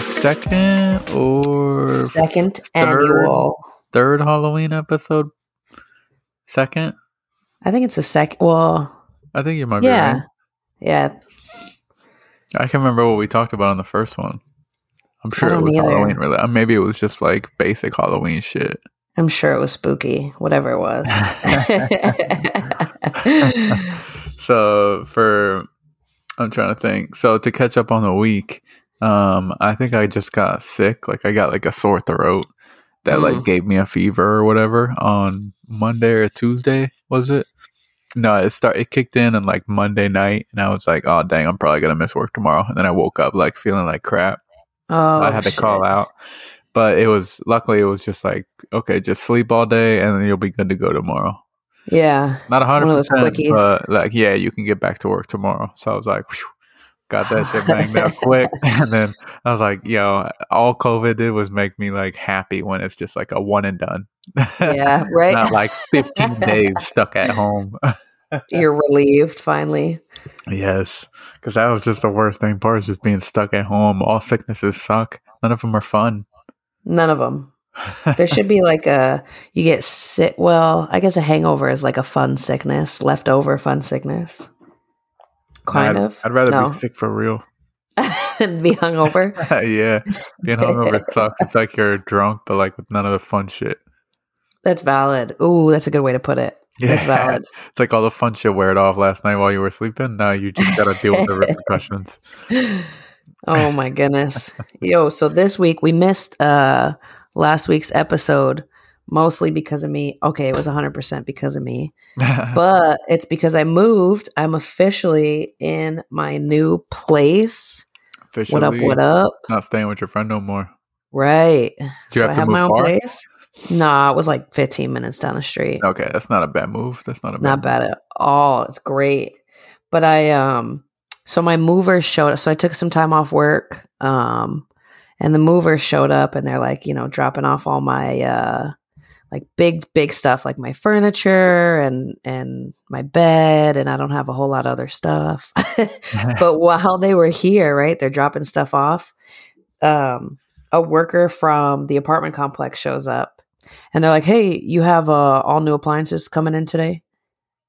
second or Second third. annual. third Halloween episode? Second? I think it's the second. Well, I think you might be yeah, right. yeah. I can remember what we talked about on the first one. I'm sure it don't was either. Halloween related. Maybe it was just like basic Halloween shit. I'm sure it was spooky, whatever it was. Oh, so for I'm trying to think. So to catch up on the week, um, I think I just got sick. Like I got like a sore throat that like Mm. gave me a fever or whatever on Monday or Tuesday, was it? No, it start it kicked in on like Monday night and I was like, Oh dang, I'm probably gonna miss work tomorrow. And then I woke up like feeling like crap. oh, I had to call out. But it was luckily it was just like, okay, just sleep all day and then you'll be good to go tomorrow Yeah, not a hundred One of those percent, quickies. but like yeah, you can get back to work tomorrow. So I was like, whew, got that shit banged out quick, and then I was like, yo, all COVID did was make me like happy when it's just like a one and done. yeah, right. not like fifteen days stuck at home. You're relieved finally. yes, because that was just the worst thing. Part is just being stuck at home. All sicknesses suck. None of them are fun. None of them. There should be like a you get sick. Well, I guess a hangover is like a fun sickness, leftover fun sickness. Kind I'd, of. I'd rather no. be sick for real. be hungover. yeah, being hungover sucks. It's like you're drunk, but like with none of the fun shit. That's valid. Ooh, that's a good way to put it. That's valid. It's like all the fun shit wear it off last night while you were sleeping. Now you just gotta deal with the repercussions. oh my goodness. Yo, so this week we missed uh last week's episode mostly because of me. Okay, it was 100% because of me, but it's because I moved. I'm officially in my new place. Officially, What up? What up? Not staying with your friend no more. Right. you have to move far? place. Nah, it was like 15 minutes down the street. Okay, that's not a bad move. That's not a bad Not bad at all. It's great. But I um so my movers showed up. So I took some time off work. Um and the movers showed up and they're like, you know, dropping off all my uh like big big stuff like my furniture and and my bed and I don't have a whole lot of other stuff. but while they were here, right, they're dropping stuff off. Um, a worker from the apartment complex shows up, and they're like, "Hey, you have uh, all new appliances coming in today?"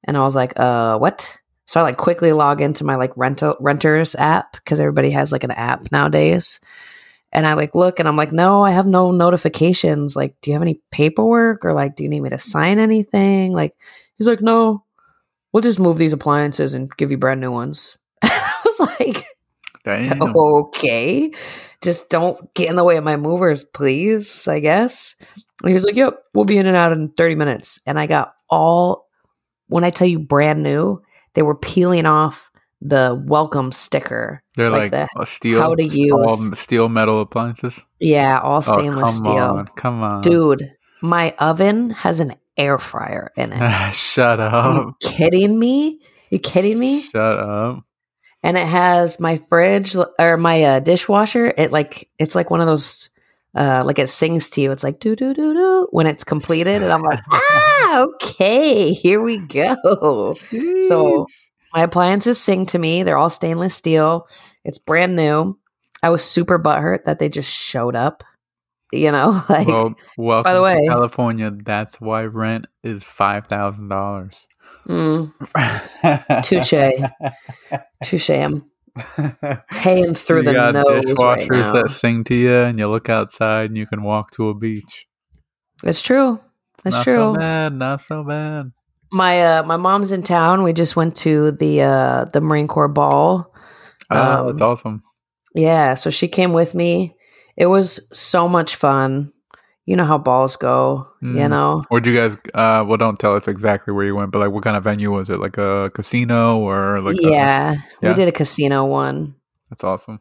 And I was like, "Uh, what?" So I like quickly log into my like rental renters app because everybody has like an app nowadays. And I like look and I'm like, no, I have no notifications. Like, do you have any paperwork or like, do you need me to sign anything? Like, he's like, no, we'll just move these appliances and give you brand new ones. I was like, Damn. okay, just don't get in the way of my movers, please, I guess. And he was like, yep, we'll be in and out in 30 minutes. And I got all, when I tell you brand new, they were peeling off the welcome sticker. They're like, like a steel, how to all use- steel metal appliances. Yeah, all Oh, stainless come steel. on, come on, Dude, my oven has an air fryer in it. Shut Are up. you kidding me? You kidding me? Shut up. and it has my fridge l- or my uh, dishwasher. It like it's like one of those uh, like it sings to you. It's like do do do do when it's completed, and I'm like, ah, okay, here we go. So my appliances sing to me. They're all stainless steel. It's brand new. I was super butthurt that they just showed up. You know, like well, welcome by the way- to California. That's why rent is five thousand dollars. mm, touche, touche. I'm paying through You the got nose right dishwashers now. that sing to you, and you look outside, and you can walk to a beach. It's true. That's not true. So bad, not so bad. my uh my mom's in town we just went to the uh the marine corps ball Oh, it's Um, awesome. yeah so she came with me it was so much fun you know how balls go you Mm. know Where'd you guys? Uh, well, don't tell us exactly where you went, but like, what kind of venue was it? Like a casino or like? a- yeah, yeah. we did a casino one that's awesome.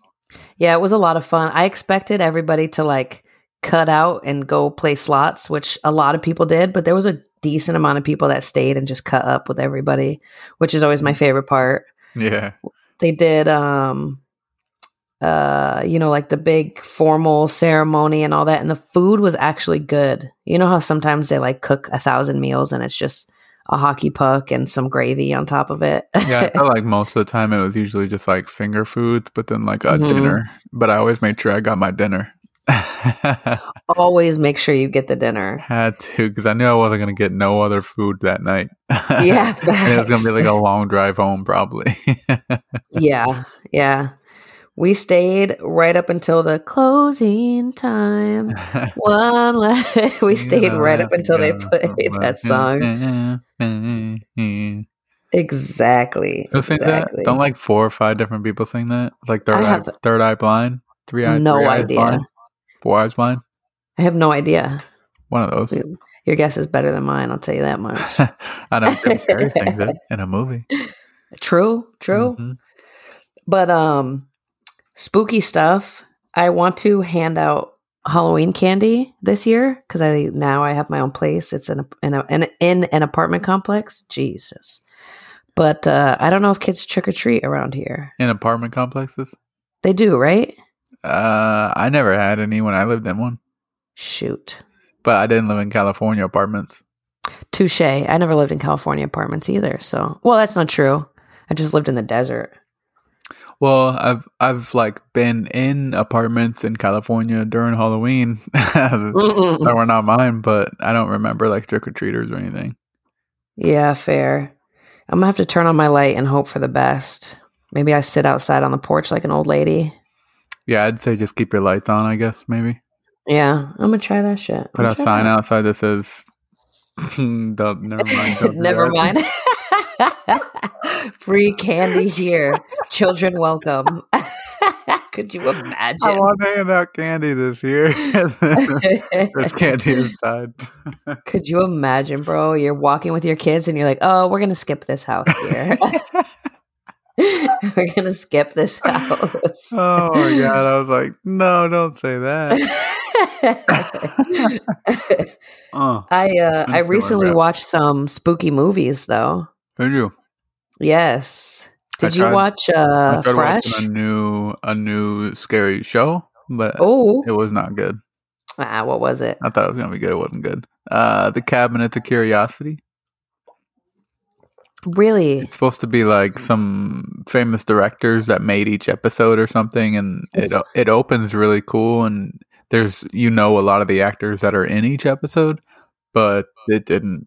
yeah it was a lot of fun i expected everybody to like cut out and go play slots which a lot of people did but there was a decent amount of people that stayed and just cut up with everybody which is Mm. always my favorite part Yeah, they did um uh you know like the big formal ceremony and all that and the food was actually good you know how sometimes they like cook a thousand meals and it's just a hockey puck and some gravy on top of it. yeah, I felt like most of the time it was usually just like finger foods, but then like a Mhm. dinner. But I always made sure I got my dinner. Had Always make sure you get the dinner. to because I knew I wasn't gonna get no other food that night. Yeah, and it was gonna facts. be like a long drive home probably. yeah, yeah. We stayed right up until the closing time. One last, we stayed right up until they played that Mm-hmm. song. song. Exactly. Who sings exactly. that? Don't like four or five different people sing that? Like third I eye, have third eye blind, three eye, no three eyes idea. blind, four eyes blind. I have no idea. One of those. Your guess is better than mine. I'll tell you that much. I know Jim Carrey sings it in a movie. True, true. Mhm. Mm-hmm. But um spooky stuff. I want to hand out Halloween candy this year cuz I now I have my own place. It's in a, in, a, in, a, in an apartment complex. Jesus. But uh I don't know if kids trick or treat around here. In apartment complexes. They do, right? Uh, I never had any when I lived in one, Shoot. but I didn't live in California apartments. Touche. I never lived in California apartments either. So, well, that's not true. I just lived in the desert. Well, I've I've like been in apartments in California during Halloween that Mm-mm. were not mine, but I don't remember like trick or treaters or anything. Yeah, fair. I'm gonna have to turn on my light and hope for the best. Maybe I sit outside on the porch like an old lady. Yeah, I'd say just keep your lights on. I guess maybe. Yeah, I'm gonna try that shit. Put I'm a sure. sign outside that says, don't, "Never mind." don't do Never that. mind. Free candy here. Children welcome. Could you I imagine? want to hand out candy this year. There's candy inside. Could you imagine, bro? You're walking with your kids and you're like, oh, we're going to skip this house here. we're going to skip this house. Oh my god! I was like, "No, don't say that." Oh, I uh, I That's recently rad. watched some spooky movies though. did you? Yes. I Did you tried- watch I uh, tried Fresh? watching a new, a new scary show, but Oh, uh, it was not good. ah, what was it? I thought it was gonna be good. It wasn't good. Uh, the Cabinet of Curiosity. Really? It's supposed to be like some famous directors that made each episode or something, and it Yes. it opens really cool, and there's you know a lot of the actors that are in each episode, but it didn't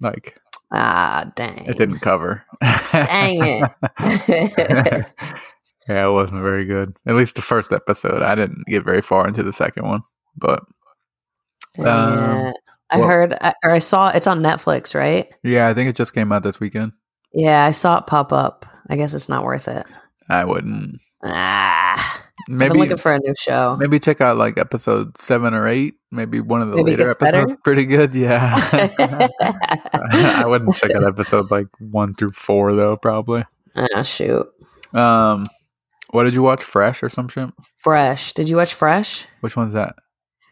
like Ah, dang. it didn't cover. Dang it. yeah, it wasn't very good. At least the first episode. I didn't get very far into the second one, but Dang Um, it. I well- heard I- or I saw it's on Netflix, right? yeah, I think it just came out this weekend. Yeah, I saw it pop up. I guess it's not worth it. I wouldn't. Ah, I've been Maybe looking for a new show. Maybe check out like episode seven or eight. Maybe one of the Maybe it later gets better? episodes. Pretty good, yeah. I wouldn't check out episode like one through four though, probably. Ah, shoot. Um, what did you watch? Fresh or some shit? Fresh. Did you watch Fresh? Which one's that?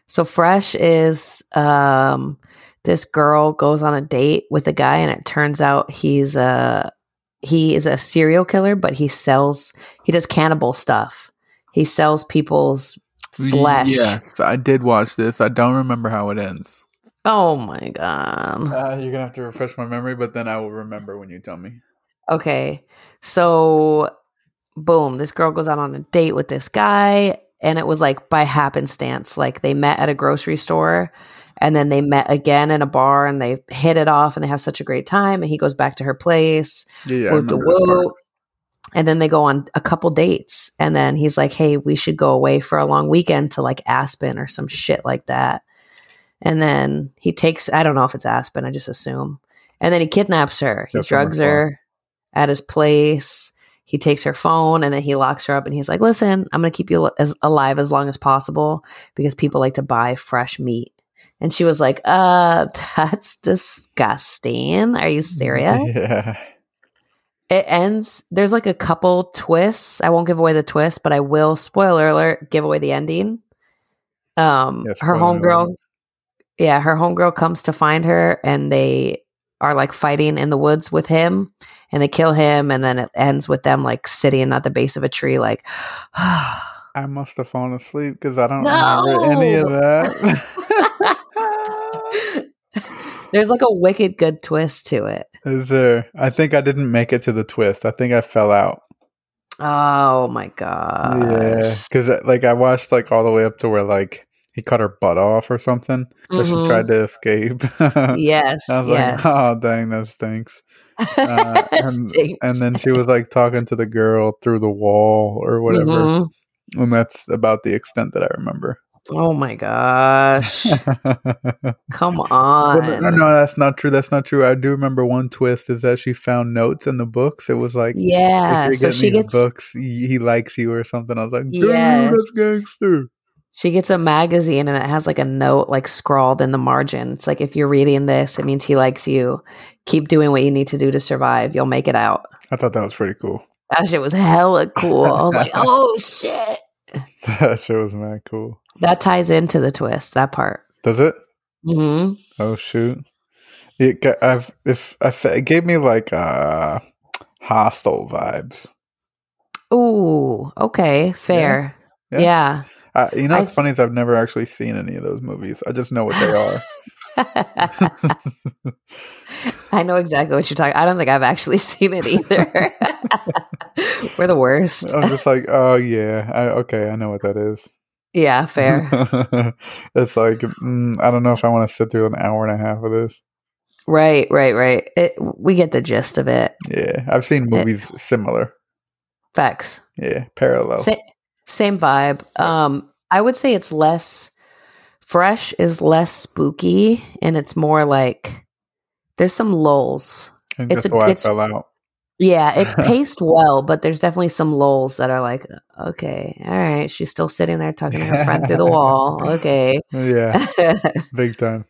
So Fresh is um this girl goes on a date with a guy and it turns out he's a he is a serial killer but he sells he does cannibal stuff. He sells people's flesh. Yes, I did watch this. I don't remember how it ends. Oh my god. Uh, you're gonna have to refresh my memory, but then I will remember when you tell me. Okay. So boom, this girl goes out on a date with this guy and it was like by happenstance. Like they met at a grocery store and then they met again in a bar and they hit it off and they have such a great time and he goes back to her place. Yeah, yeah I whoop de remember this part. whoop. And then they go on a couple dates and then he's like, "Hey, we should go away for a long weekend to like Aspen or some shit like that." And then he takes I don't know if it's Aspen, I just assume. And then he kidnaps her. He That's what I drugs thought. her at his place. He takes her phone and then he locks her up and he's like, "Listen, I'm going to keep you al- as alive as long as possible because people like to buy fresh meat." And she was like, "Uh, that's disgusting. Are you Mm-hmm. serious?" Yeah. It ends. There's like a couple twists. I won't give away the twist, but I will spoiler alert give away the ending. Um, Yeah, her spoiler homegirl, alert. yeah, her homegirl comes to find her, and they are like fighting in the woods with him, and they kill him, and then it ends with them like sitting at the base of a tree, like, I must have fallen asleep because I don't No! remember any of that. There's like a wicked good twist to it. Is there? I think I didn't make it to the twist. I think I fell out. Oh my god. Yeah, because like I watched like all the way up to where like he cut her butt off or something, or she Mhm. tried to escape. Mm-hmm. Yes. I was yes. like, oh dang, that stinks. Uh, and, Stinks. and then she was like talking to the girl through the wall or whatever, Mhm. and that's about the extent that I remember. Oh my gosh. Come Well, on. no, no, that's not true. That's not true. I do remember one twist is that she found notes in the books. It was like, yeah. if So you're getting she these gets books, he he likes you or something. I was like, dude, Yes. that's gangster. she gets a magazine and it has like a note like scrawled in the margin. It's like if you're reading this, it means he likes you. Keep doing what you need to do to survive. You'll make it out. I thought that was pretty cool. That shit was hella cool. I was like, oh shit. That shit was mad cool. That ties into the twist, that part. Does it? hmm Oh shoot! It g- I've if I fe- it gave me like uh hostile vibes. Ooh, okay, fair. Yeah. Yeah. Uh, you know, I- what's funny is I've never actually seen any of those movies. I just know what they are. I know exactly what you're talking. I don't think I've actually seen it either. We're the worst. I'm just like, oh yeah, I, okay, I know what that is. Yeah, fair. it's like mm, I don't know if I want to sit through an hour and a half of this. right, right, right. It, we get the gist of it. Yeah, I've seen movies similar. Facts. Yeah, parallel. Sa- same vibe. Um, I would say it's less fresh is less spooky, and it's more like there's some lulls. and it's that's a- why I it's- fell out. Yeah, it's paced well, but there's definitely some lulls that are like, okay, all right, she's still sitting there talking to her friend through the wall. Okay. Yeah, big time.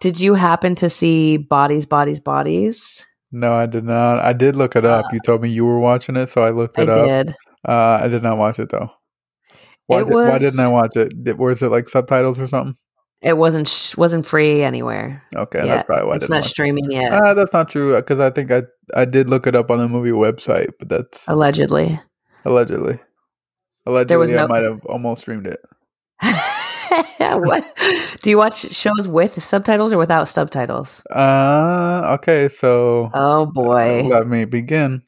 Did you happen to see Bodies, Bodies, Bodies? No, I did not. I did look it up. you told me you were watching it, so I looked Uh, I it up. did. Uh, I did not watch it though. Why, It did, why was- didn't I watch it? Did, was it like subtitles or something? It wasn't sh- wasn't free anywhere. Okay, Yeah, that's probably why Oh, I it's didn't not watch. streaming it. yet, Uh, that's not true because I think I I did look it up on the movie website, but that's allegedly. allegedly. Allegedly, was I no- might have almost streamed it. what? Do you watch shows with subtitles or without subtitles? Uh, okay, so Oh boy, let me begin.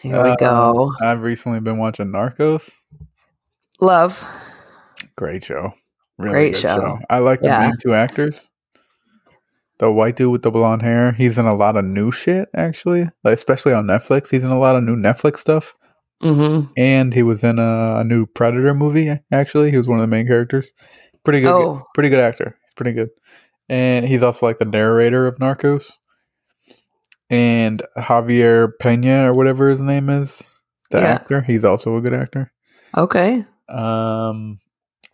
here we uh, go. I've recently been watching Narcos. Love. Great show. Really Great good show. I like the Yeah. main two actors. The white dude with the blonde hair, he's in a lot of new shit actually, like, especially on Netflix. He's in a lot of new Netflix stuff, Mm-hmm. and he was in a, a new Predator movie. Actually, he was one of the main characters. Pretty good, Oh. pretty good actor. He's pretty good, and he's also like the narrator of Narcos. And Javier Pena or whatever his name is, the Yeah. actor, he's also a good actor. Okay. Um,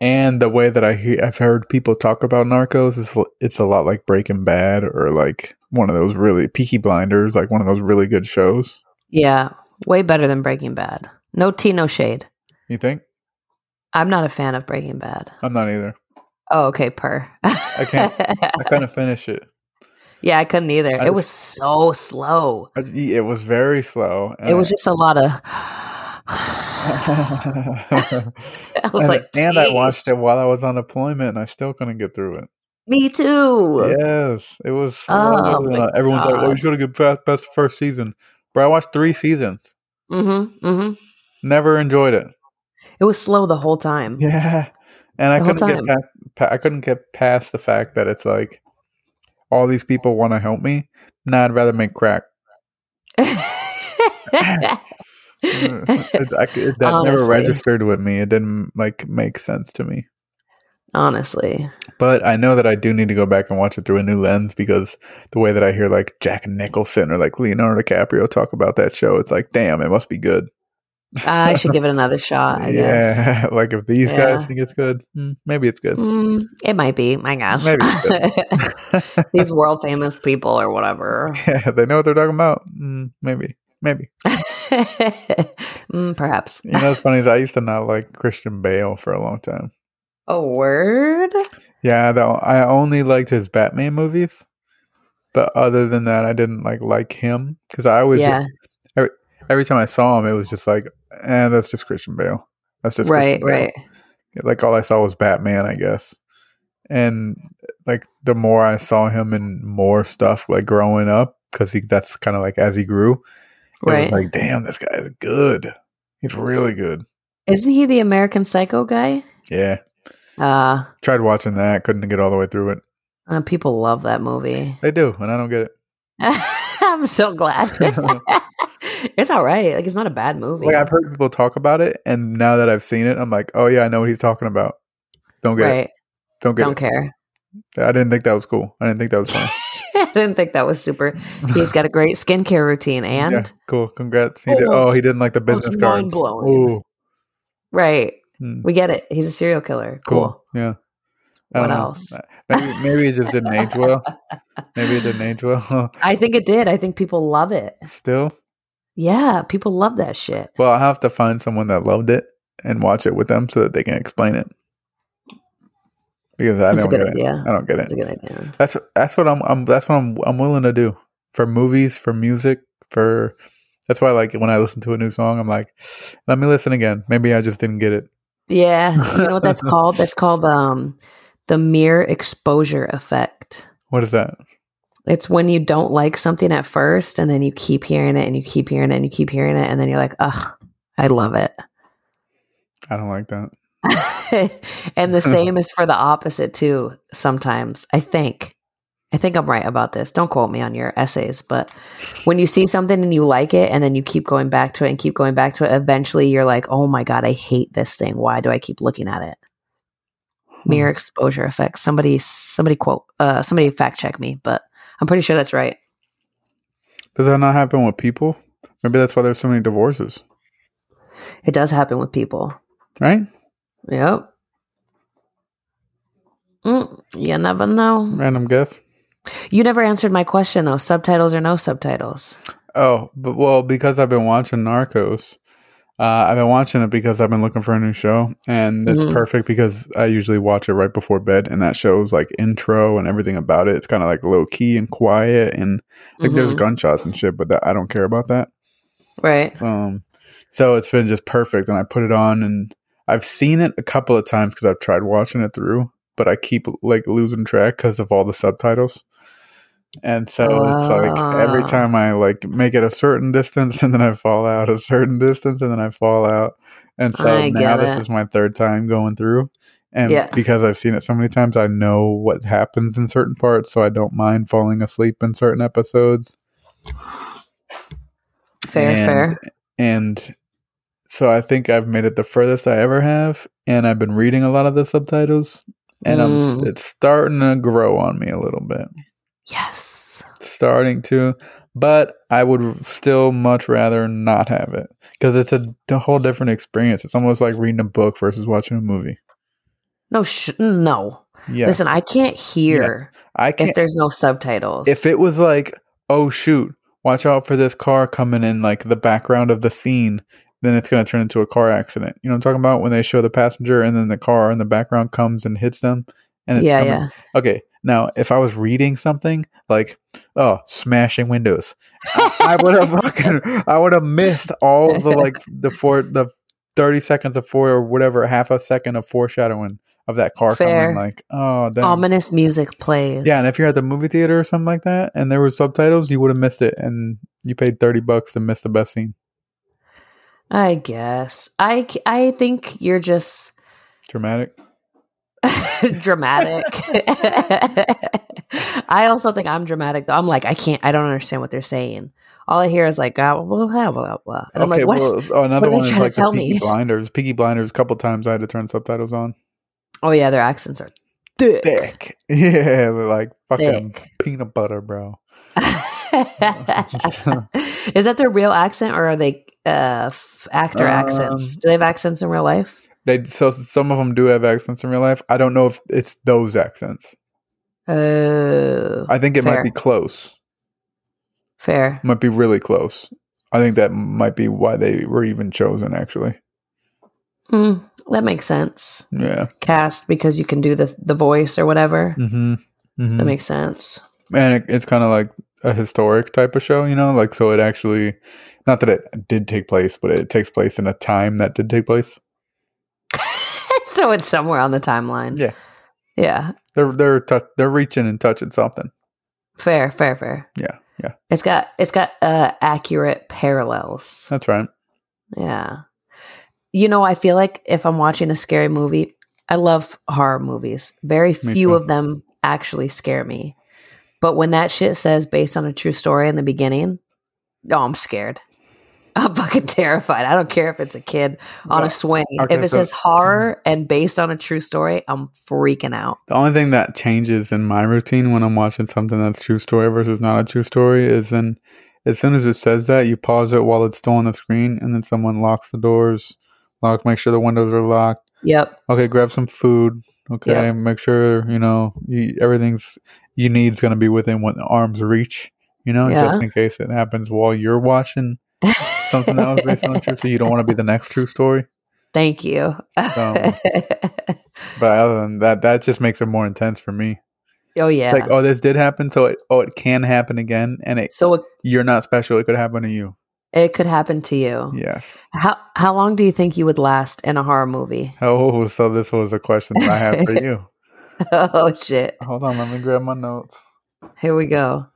and the way that I hear, I've heard people talk about Narcos is l- it's a lot like Breaking Bad or like one of those really Peaky Blinders, like one of those really good shows. Yeah, way better than Breaking Bad. No tea, no shade. You think? I'm not a fan of Breaking Bad. I'm not either. Oh, okay, per. I can't- I kind of finish it. yeah, I couldn't either. I it was so slow. I- It was very slow. and It was just a lot of. I I- was and, like, and I "Jeez, watched it while I was on deployment, and I still couldn't get through it. Me too. Yes, it was. Slow. Oh my and everyone's like, "Oh, you God. should have got best, best first season." But I watched three seasons. Mm-hmm. Mm-hmm. Never enjoyed it. It was slow the whole time. Yeah, and I The whole couldn't get time. past, pa- I couldn't get past the fact that it's like all these people want to help me. Nah, I'd rather make crack. It- I c- it- that never Honestly. registered with me. It didn't like make sense to me. Honestly, But I know that I do need to go back and watch it through a new lens because the way that I hear like Jack Nicholson or like Leonardo DiCaprio talk about that show, it's like, damn, it must be good. I should give it another shot. I guess. yeah, like if these guys Uh, Yeah. think it's good, mm, maybe it's good. Mm, it might be. My gosh. Maybe it's These world famous people or whatever. yeah, they know what they're talking about. Mm, maybe, maybe. Mm, perhaps. You know, what's funny is I used to not like Christian Bale for a long time. A word? Yeah, that I only liked his Batman movies, but other than that, I didn't like like him because I always Yeah. just, every time I saw him, it was just like, eh, that's just Christian Bale. That's just right, Christian Bale." right. Like all I saw was Batman, I guess, and like the more I saw him in more stuff like growing up, because he that's kind of like as he grew, it was Right. like damn, this guy is good. He's really good. Isn't he the American Psycho guy? Yeah, Uh, tried watching that, couldn't get all the way through it. uh, people love that movie. They do, and I don't get it. I'm so glad. it's all right. Like it's not a bad movie. Like I've heard people talk about it, and now that I've seen it, I'm like, oh yeah, I know what he's talking about. Don't get it. right. Don't get Don't care. it. I didn't think that was cool. I didn't think that was funny. I didn't think that was super. He's got a great skincare routine and yeah, cool. Congrats. He Oh, did, well, oh, he didn't like the well, it's business cards. mind-blowing. Ooh, right. Hmm. We get it. He's a serial killer. cool. Cool. Yeah. I What don't know. Uh, else? Maybe maybe it just didn't age well. Maybe it didn't age well. I think it did. I think people love it. Still, Yeah, people love that shit. well, I'll have to find someone that loved it and watch it with them so that they can explain it. Because I That's don't a good get it. idea. I don't get it. That's a good idea. That's that's what I'm, I'm that's what I'm I'm willing to do for movies, for music, for that's why like when I listen to a new song, I'm like, let me listen again. Maybe I just didn't get it. Yeah, you know what that's called? That's called um, the mere exposure effect. What is that? It's when you don't like something at first, and then you keep hearing it, and you keep hearing it, and you keep hearing it, and then you're like, "Ugh, I love it." I don't like that. and the same is for the opposite too. Sometimes I think, I think I'm right about this. Don't quote me on your essays, but when you see something and you like it, and then you keep going back to it and keep going back to it, eventually you're like, "Oh my god, I hate this thing. Why do I keep looking at it?" Mere exposure effect. Somebody, somebody quote, uh, somebody fact check me, but I'm pretty sure that's right. Does that not happen with people? Maybe that's why there's so many divorces, It does happen with people. right? Yep. Mm, you never know. Random guess. You never answered my question though. Subtitles or no subtitles? Oh, but well, because I've been watching Narcos, uh, I've been watching it because I've been looking for a new show, and it's Mhm. perfect because I usually watch it right before bed, and that show's like intro and everything about it. It's kind of like low key and quiet, and like there's Mhm. gunshots and shit, but that, I don't care about that. Mm-hmm. right. Um, so it's been just perfect, and I put it on, and I've seen it a couple of times because I've tried watching it through, but I keep like losing track because of all the subtitles. And so it's like every Ah. time I like make it a certain distance, and then I fall out a certain distance, and then I fall out. And so I now get this it. is my third time going through. And Yeah. because I've seen it so many times, I know what happens in certain parts, so I don't mind falling asleep in certain episodes. Fair, And- fair. and so I think I've made it the furthest I ever have, and I've been reading a lot of the subtitles, and I'm Mm. it's starting to grow on me a little bit, Yes. starting to, but I would still much rather not have it because it's a, d- whole different experience. It's almost like reading a book versus watching a movie. No sh- no. Yeah, Listen, I can't hear I if can't. there's no subtitles. If it was like, oh shoot, watch out for this car coming in, like the background of the scene, then it's going to turn into a car accident. You know what I'm talking about? When they show the passenger and then the car in the background comes and hits them. And it's Yeah, coming. yeah. Okay. Now, if I was reading something like, oh, smashing windows, I would have fucking, I would have missed all the like the four, the 30 seconds of four or whatever, half a second of foreshadowing of that car Fair. coming. Like, oh, damn. Ominous music plays. Yeah, and if you're at the movie theater or something like that, and there were subtitles, you would have missed it, and you paid thirty bucks to miss the best scene. I guess. I c- I think you're just Dramatic. dramatic. I also think I'm dramatic though. I'm like, I can't I don't understand what they're saying. All I hear is like ah, blah blah blah blah. And I'm like, what well, oh, another one what are they is trying to like the tell Peaky me? Blinders. Peaky Blinders. A couple times I had to turn subtitles on. Oh yeah, their accents are thick. Thick. Yeah, we're like fucking Thick. peanut butter, bro. Is that their real accent or are they uh, f- actor accents? Um, Do they have accents in real life? They so some of them do have accents in real life. I don't know if it's those accents. Oh, I think it might Fair. be close. fair. Might be really close. I think that might be why they were even chosen. Actually, Mm, that makes sense. yeah. Cast because you can do the the voice or whatever. Mm-hmm. mm-hmm. That makes sense. and it, it's kind of like a historic type of show, you know, like so it actually, not that it did take place, but it takes place in a time that did take place. so it's somewhere on the timeline. Yeah. Yeah. They're they're tou- they're reaching and touching something. Fair, fair, fair. Yeah, yeah. It's got it's got uh accurate parallels. That's right. Yeah. You know, I feel like if I'm watching a scary movie, I love horror movies. Very Me few too. of them actually scare me. But when that shit says based on a true story in the beginning, oh, I'm scared. I'm fucking terrified. I don't care if it's a kid on Well, a swing. okay, if it so- Mm-hmm. says horror and based on a true story, I'm freaking out. The only thing that changes in my routine when I'm watching something that's true story versus not a true story is then as soon as it says that, you pause it while it's still on the screen, and then someone locks the doors, lock, make sure the windows are locked. Yep. Okay, grab some food. Okay, Yeah. make sure you know you, everything's you need's gonna be within what arm's reach. You know, just Yeah. in case it happens while you're watching something that was based on a true story. You don't want to be the next true story. Thank you. Um, But other than that, that just makes it more intense for me. oh yeah. Like, oh, this did happen, so it, oh, it can happen again, and it so it, you're not special. It could happen to you. it could happen to you. Yes. How how long do you think you would last in a horror movie? Oh, so this was a question that I have for you. oh shit. Hold on, let me grab my notes. Here we go.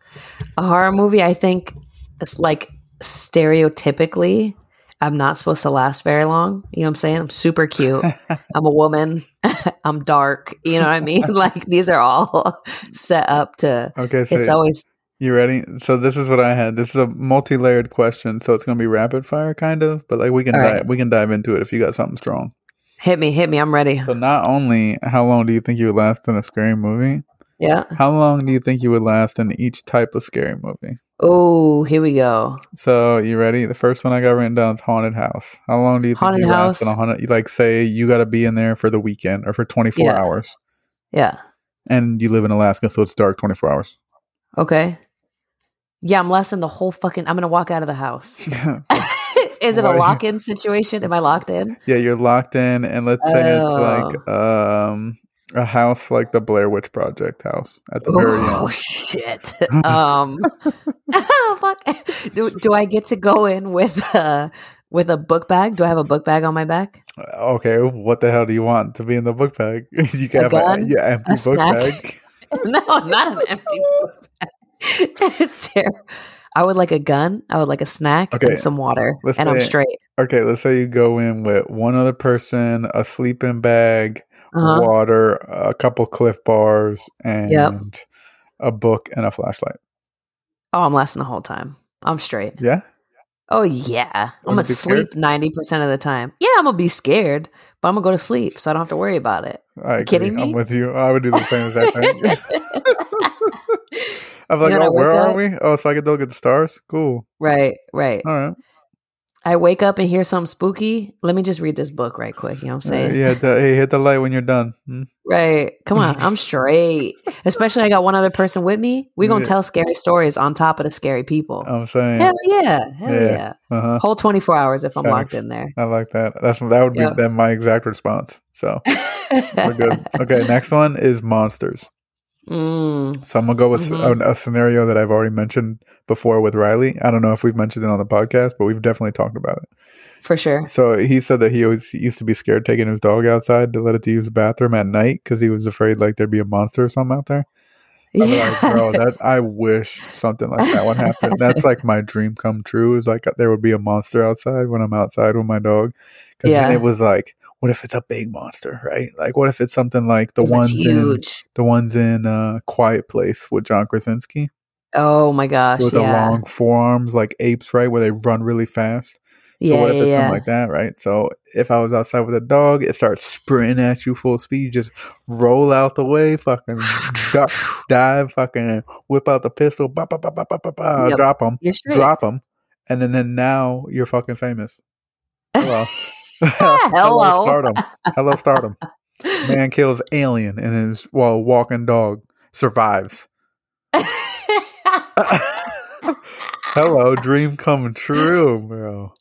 A horror movie, I think it's like stereotypically, I'm not supposed to last very long. You know what I'm saying? I'm super cute. I'm a woman. I'm dark. You know what I mean? Like these are all set up to Okay, so it's always you ready? So this is what I had. This is a multi-layered question, so it's gonna be rapid fire, kind of, but like we can All dive, right. we can dive into it if you got something strong. hit me, hit me, I'm ready. So not only how long do you think you would last in a scary movie, Yeah. how long do you think you would last in each type of scary movie? Oh, here we go. So you ready? The first one I got written down is haunted house. How long do you think Haunted you last in a house. haunted? Like, say you got to be in there for the weekend or for twenty four Yeah. hours, Yeah. and you live in Alaska, so it's dark twenty four hours. Okay. Yeah, I'm less than the whole fucking I'm gonna walk out of the house. Is it What are a you- lock in situation? Am I locked in? yeah, you're locked in, and let's say it's like Oh. um a house like the Blair Witch Project house at the very Oh end. shit! Um, oh, fuck. Do, do I get to go in with a with a book bag? Do I have a book bag on my back? Okay, what the hell do you want to be in the book bag? you can Oh. have A a, gun? yeah, empty A book snack? bag. No, not an empty book bag. it's terrible. I would like a gun. I would like a snack Okay. and some water, Let's and I'm say- straight. Okay, let's say you go in with one other person, a sleeping bag, Uh-huh. water, a couple cliff bars, and Yep. a book and a flashlight. Oh, I'm less than the whole time. I'm straight. Yeah. Oh yeah, I'm Wouldn't gonna you be scared? sleep ninety percent of the time. Yeah, I'm gonna be scared, but I'm gonna go to sleep, so I don't have to worry about it. I agree. kidding I'm me? with you. I would do the same exact thing. I'm like, You know oh, what I where would are do? we? Oh, so I could look at the stars. Cool. right, right. All right. I wake up and hear something spooky. Let me just read this book right quick. You know what I'm Uh, saying? yeah. the- hey, hit the light when you're done. Hmm? Right. Come on. I'm straight. Especially I got one other person with me. We're going Yeah. to tell scary stories on top of the scary people. I'm saying. Hell Oh. yeah. Hell Yeah. yeah. Uh huh. Whole 24 hours if I'm Facts. locked in there. I like that. That's that would be Yeah. then my exact response. So we're good. okay. Next one is monsters. Mm, So I'm gonna go with s- Mhm. a, a scenario that I've already mentioned before with Riley. I don't know if we've mentioned it on the podcast, but we've definitely talked about it. for sure. So he said that he always he used to be scared taking his dog outside to let it to use the bathroom at night because he was afraid like there'd be a monster or something out there. I'm like, Yeah. bro, that I wish something like that would happen. That's like my dream come true. Is like there would be a monster outside when I'm outside with my dog. Because Yeah. it was like, what if it's a big monster, right? Like, what if it's something like the If it's ones in huge. the ones in uh, Quiet Place with John Krasinski Oh my gosh. with the Yeah. long forearms like apes, right? Where they run really fast. So Yeah. what if yeah, it's yeah. something like that, right? So if I was outside with a dog, it starts sprinting at you full speed, you just roll out the way, fucking duck, dive, fucking whip out the pistol, bah, bah, bah, bah, bah, bah, bah, Yep. drop them, You're straight. drop them, and then, then now you're fucking famous. Hello, Ah, Hello. stardom, hello stardom. Man kills alien and his while walking dog survives. Hello, dream come true, bro.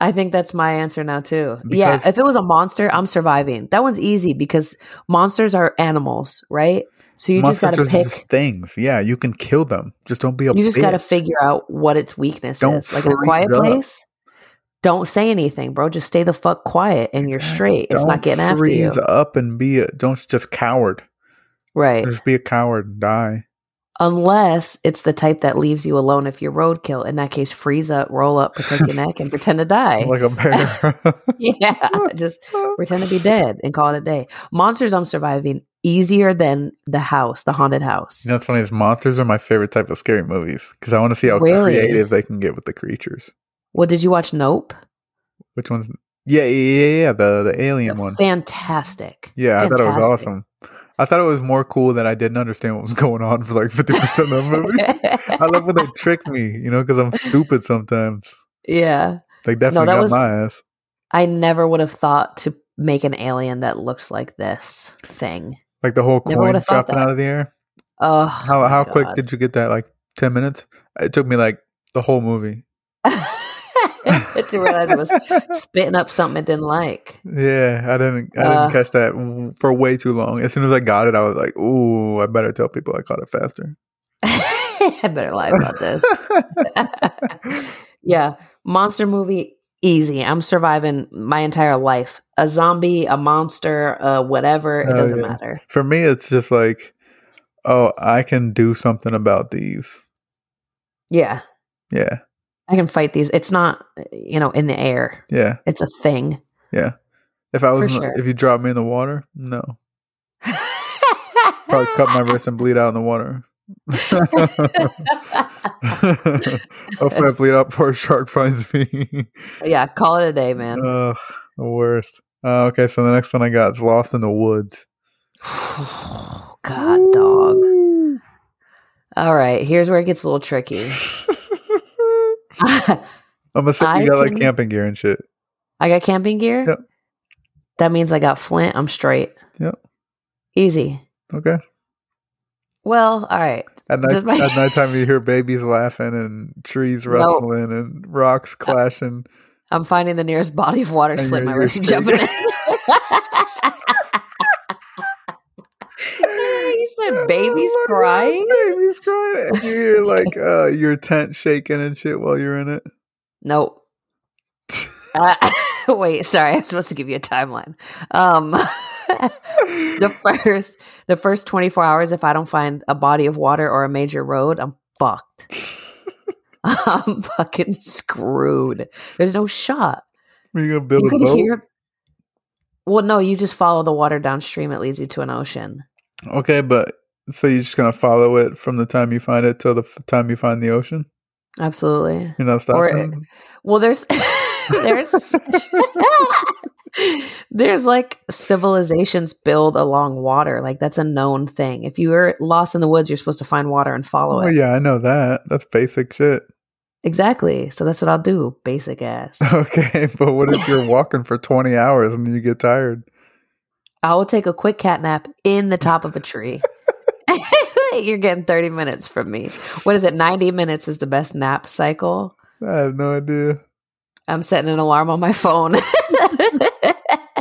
I think that's my answer now too. Because- yeah, if it was a monster, I'm surviving. That one's easy because monsters are animals, right? So you just Monsters got to are pick. just things. Yeah, you can kill them. Just don't be a. You just got to bitch. figure out what its weakness Don't is. Like in a freak quiet up. place, don't say anything, bro. Just stay the fuck quiet, and you're Exact- straight. It's Don't not getting after you. freeze up and be. A, don't just coward. Right. Or just be a coward and die. Unless it's the type that leaves you alone if you're roadkill. In that case, freeze up, roll up, protect your neck, and pretend to die. Like a bear. yeah. Just pretend to be dead and call it a day. Monsters I'm surviving easier than the house, the haunted house. You know, it's funny. Is monsters are my favorite type of scary movies because I want to see how Really? creative they can get with the creatures. Well, did you watch Nope? Which one's? Yeah, yeah, yeah. yeah the the alien one. Fantastic. Yeah, I thought it was Fantastic. awesome. I thought it was more cool that I didn't understand what was going on for like fifty percent of the movie. I love when they trick me, you know, because I'm stupid sometimes. yeah. They definitely that got was- my ass. I never would have thought to make an alien that looks like this thing. Like the whole Never coin would've thought dropping that. out of the air. Oh, How my how quick God. did you get that? Like ten minutes? It took me like the whole movie. to realize it was spitting up something it didn't like. Yeah, I didn't. I Uh, didn't catch that w- for way too long. As soon as I got it, I was like, "Ooh, I better tell people I caught it faster." I better lie about this. yeah, monster movie easy. I'm surviving my entire life. A zombie, a monster, uh, whatever. It Oh, doesn't yeah. matter. for me, it's just like, "Oh, I can do something about these." Yeah, Yeah, I can fight these. It's not you know in the air. yeah, It's a thing. yeah. If I For was, in the- sure. if you drop me in the water, no, probably cut my wrist and bleed out in the water. Hopefully, I bleed out before a shark finds me. yeah, call it a day, man. Ugh, the worst. Uh, okay, so the next one I got is Lost in the Woods. Uh. God, dog. All right, here's where it gets a little tricky. I I'm assuming I you got like can- camping gear and shit. got camping gear. Yep. That means I got flint. I'm straight. Yep. Easy. Okay. Well, all right. At night, Does my- at nighttime, you hear babies laughing and trees No. rustling and rocks clashing. I'm finding the nearest body of water, And slip you're- my you're wrist, and straight. jumping in. you said babies Oh my God, crying? Babies crying. And you hear like uh, your tent shaking and shit while you're in it. Nope. Uh, wait, sorry. I'm supposed to give you a timeline. Um, the first, the first 24 hours, if I don't find a body of water or a major road, I'm fucked. I'm fucking screwed. There's no shot. Are you gonna build you a could boat? hear. Well, no, you just follow the water downstream. It leads you to an ocean. Okay, but so you're just gonna follow it from the time you find it till the f- time you find the ocean. Absolutely. You're not Or- stopping. Well, there's there's there's like civilizations build along water. Like that's a known thing. If you're lost in the woods, you're supposed to find water and follow Well, it. Oh, yeah, I know that. That's basic shit. Exactly. So that's what I'll do. Basic ass. Okay, but what if you're walking for 20 hours and you get tired? I will take a quick cat nap in the top of a tree. you're getting 30 minutes from me. What is it? 90 minutes is the best nap cycle. I have no idea. I'm setting an alarm on my phone.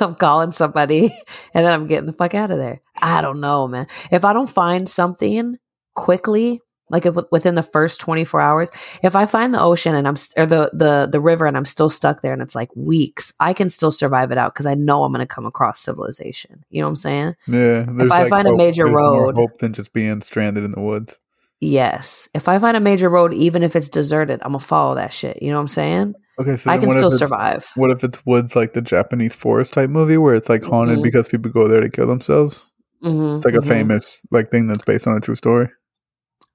I'm calling somebody and then I'm getting the fuck out of there. I don't know, man. If I don't find something quickly, like if, within the first 24 hours, if I find the ocean and I'm s- or the the the river and I'm still stuck there and it's like weeks, I can still survive it out cuz I know I'm going to come across civilization. You know what I'm saying? Yeah. there's, I find a major there's more road- hope than just being stranded in the woods. Yes. If I find a major road even if it's deserted, I'm going to follow that shit. You know what I'm saying? Okay, so I then can what if still it's- survive. What if it's woods like the Japanese forest type movie where it's like haunted Mhm. because people go there to kill themselves? Mhm, It's like a mhm. famous like thing that's based on a true story.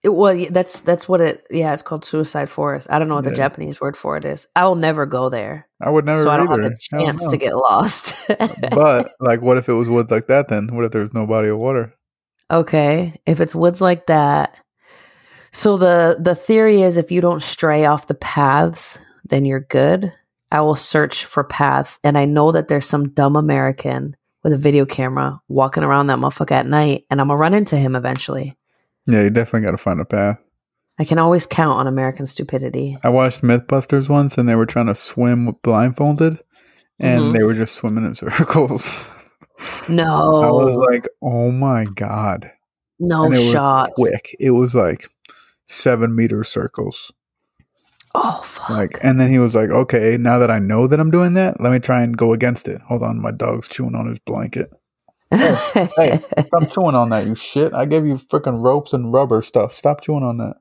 It, well, y- that's that's what it. Yeah, it's called suicide forest. I don't know what the Yeah. Japanese word for it is. I will never go there, I would never so I don't either. have the Hell chance no. to get lost. but like, what if it was woods like that? Then what if there was no body of water? okay, if it's woods like that, so the the theory is if you don't stray off the paths, then you're good. I will search for paths, and I know that there's some dumb American with a video camera walking around that motherfucker at night, and I'm gonna run into him eventually. Yeah, you definitely got to find a path. I can always count on American stupidity. I watched MythBusters once, and they were trying to swim blindfolded, and Mhm. they were just swimming in circles. No, I was like, "Oh my god!" no and it shot. was quick. It was like seven meter circles. Oh fuck. Like, and then he was like, "Okay, now that I know that I'm doing that, let me try and go against it." Hold on, my dog's chewing on his blanket. Hey, hey, Stop chewing on that, you shit. I gave you freaking ropes and rubber stuff. Stop chewing on that.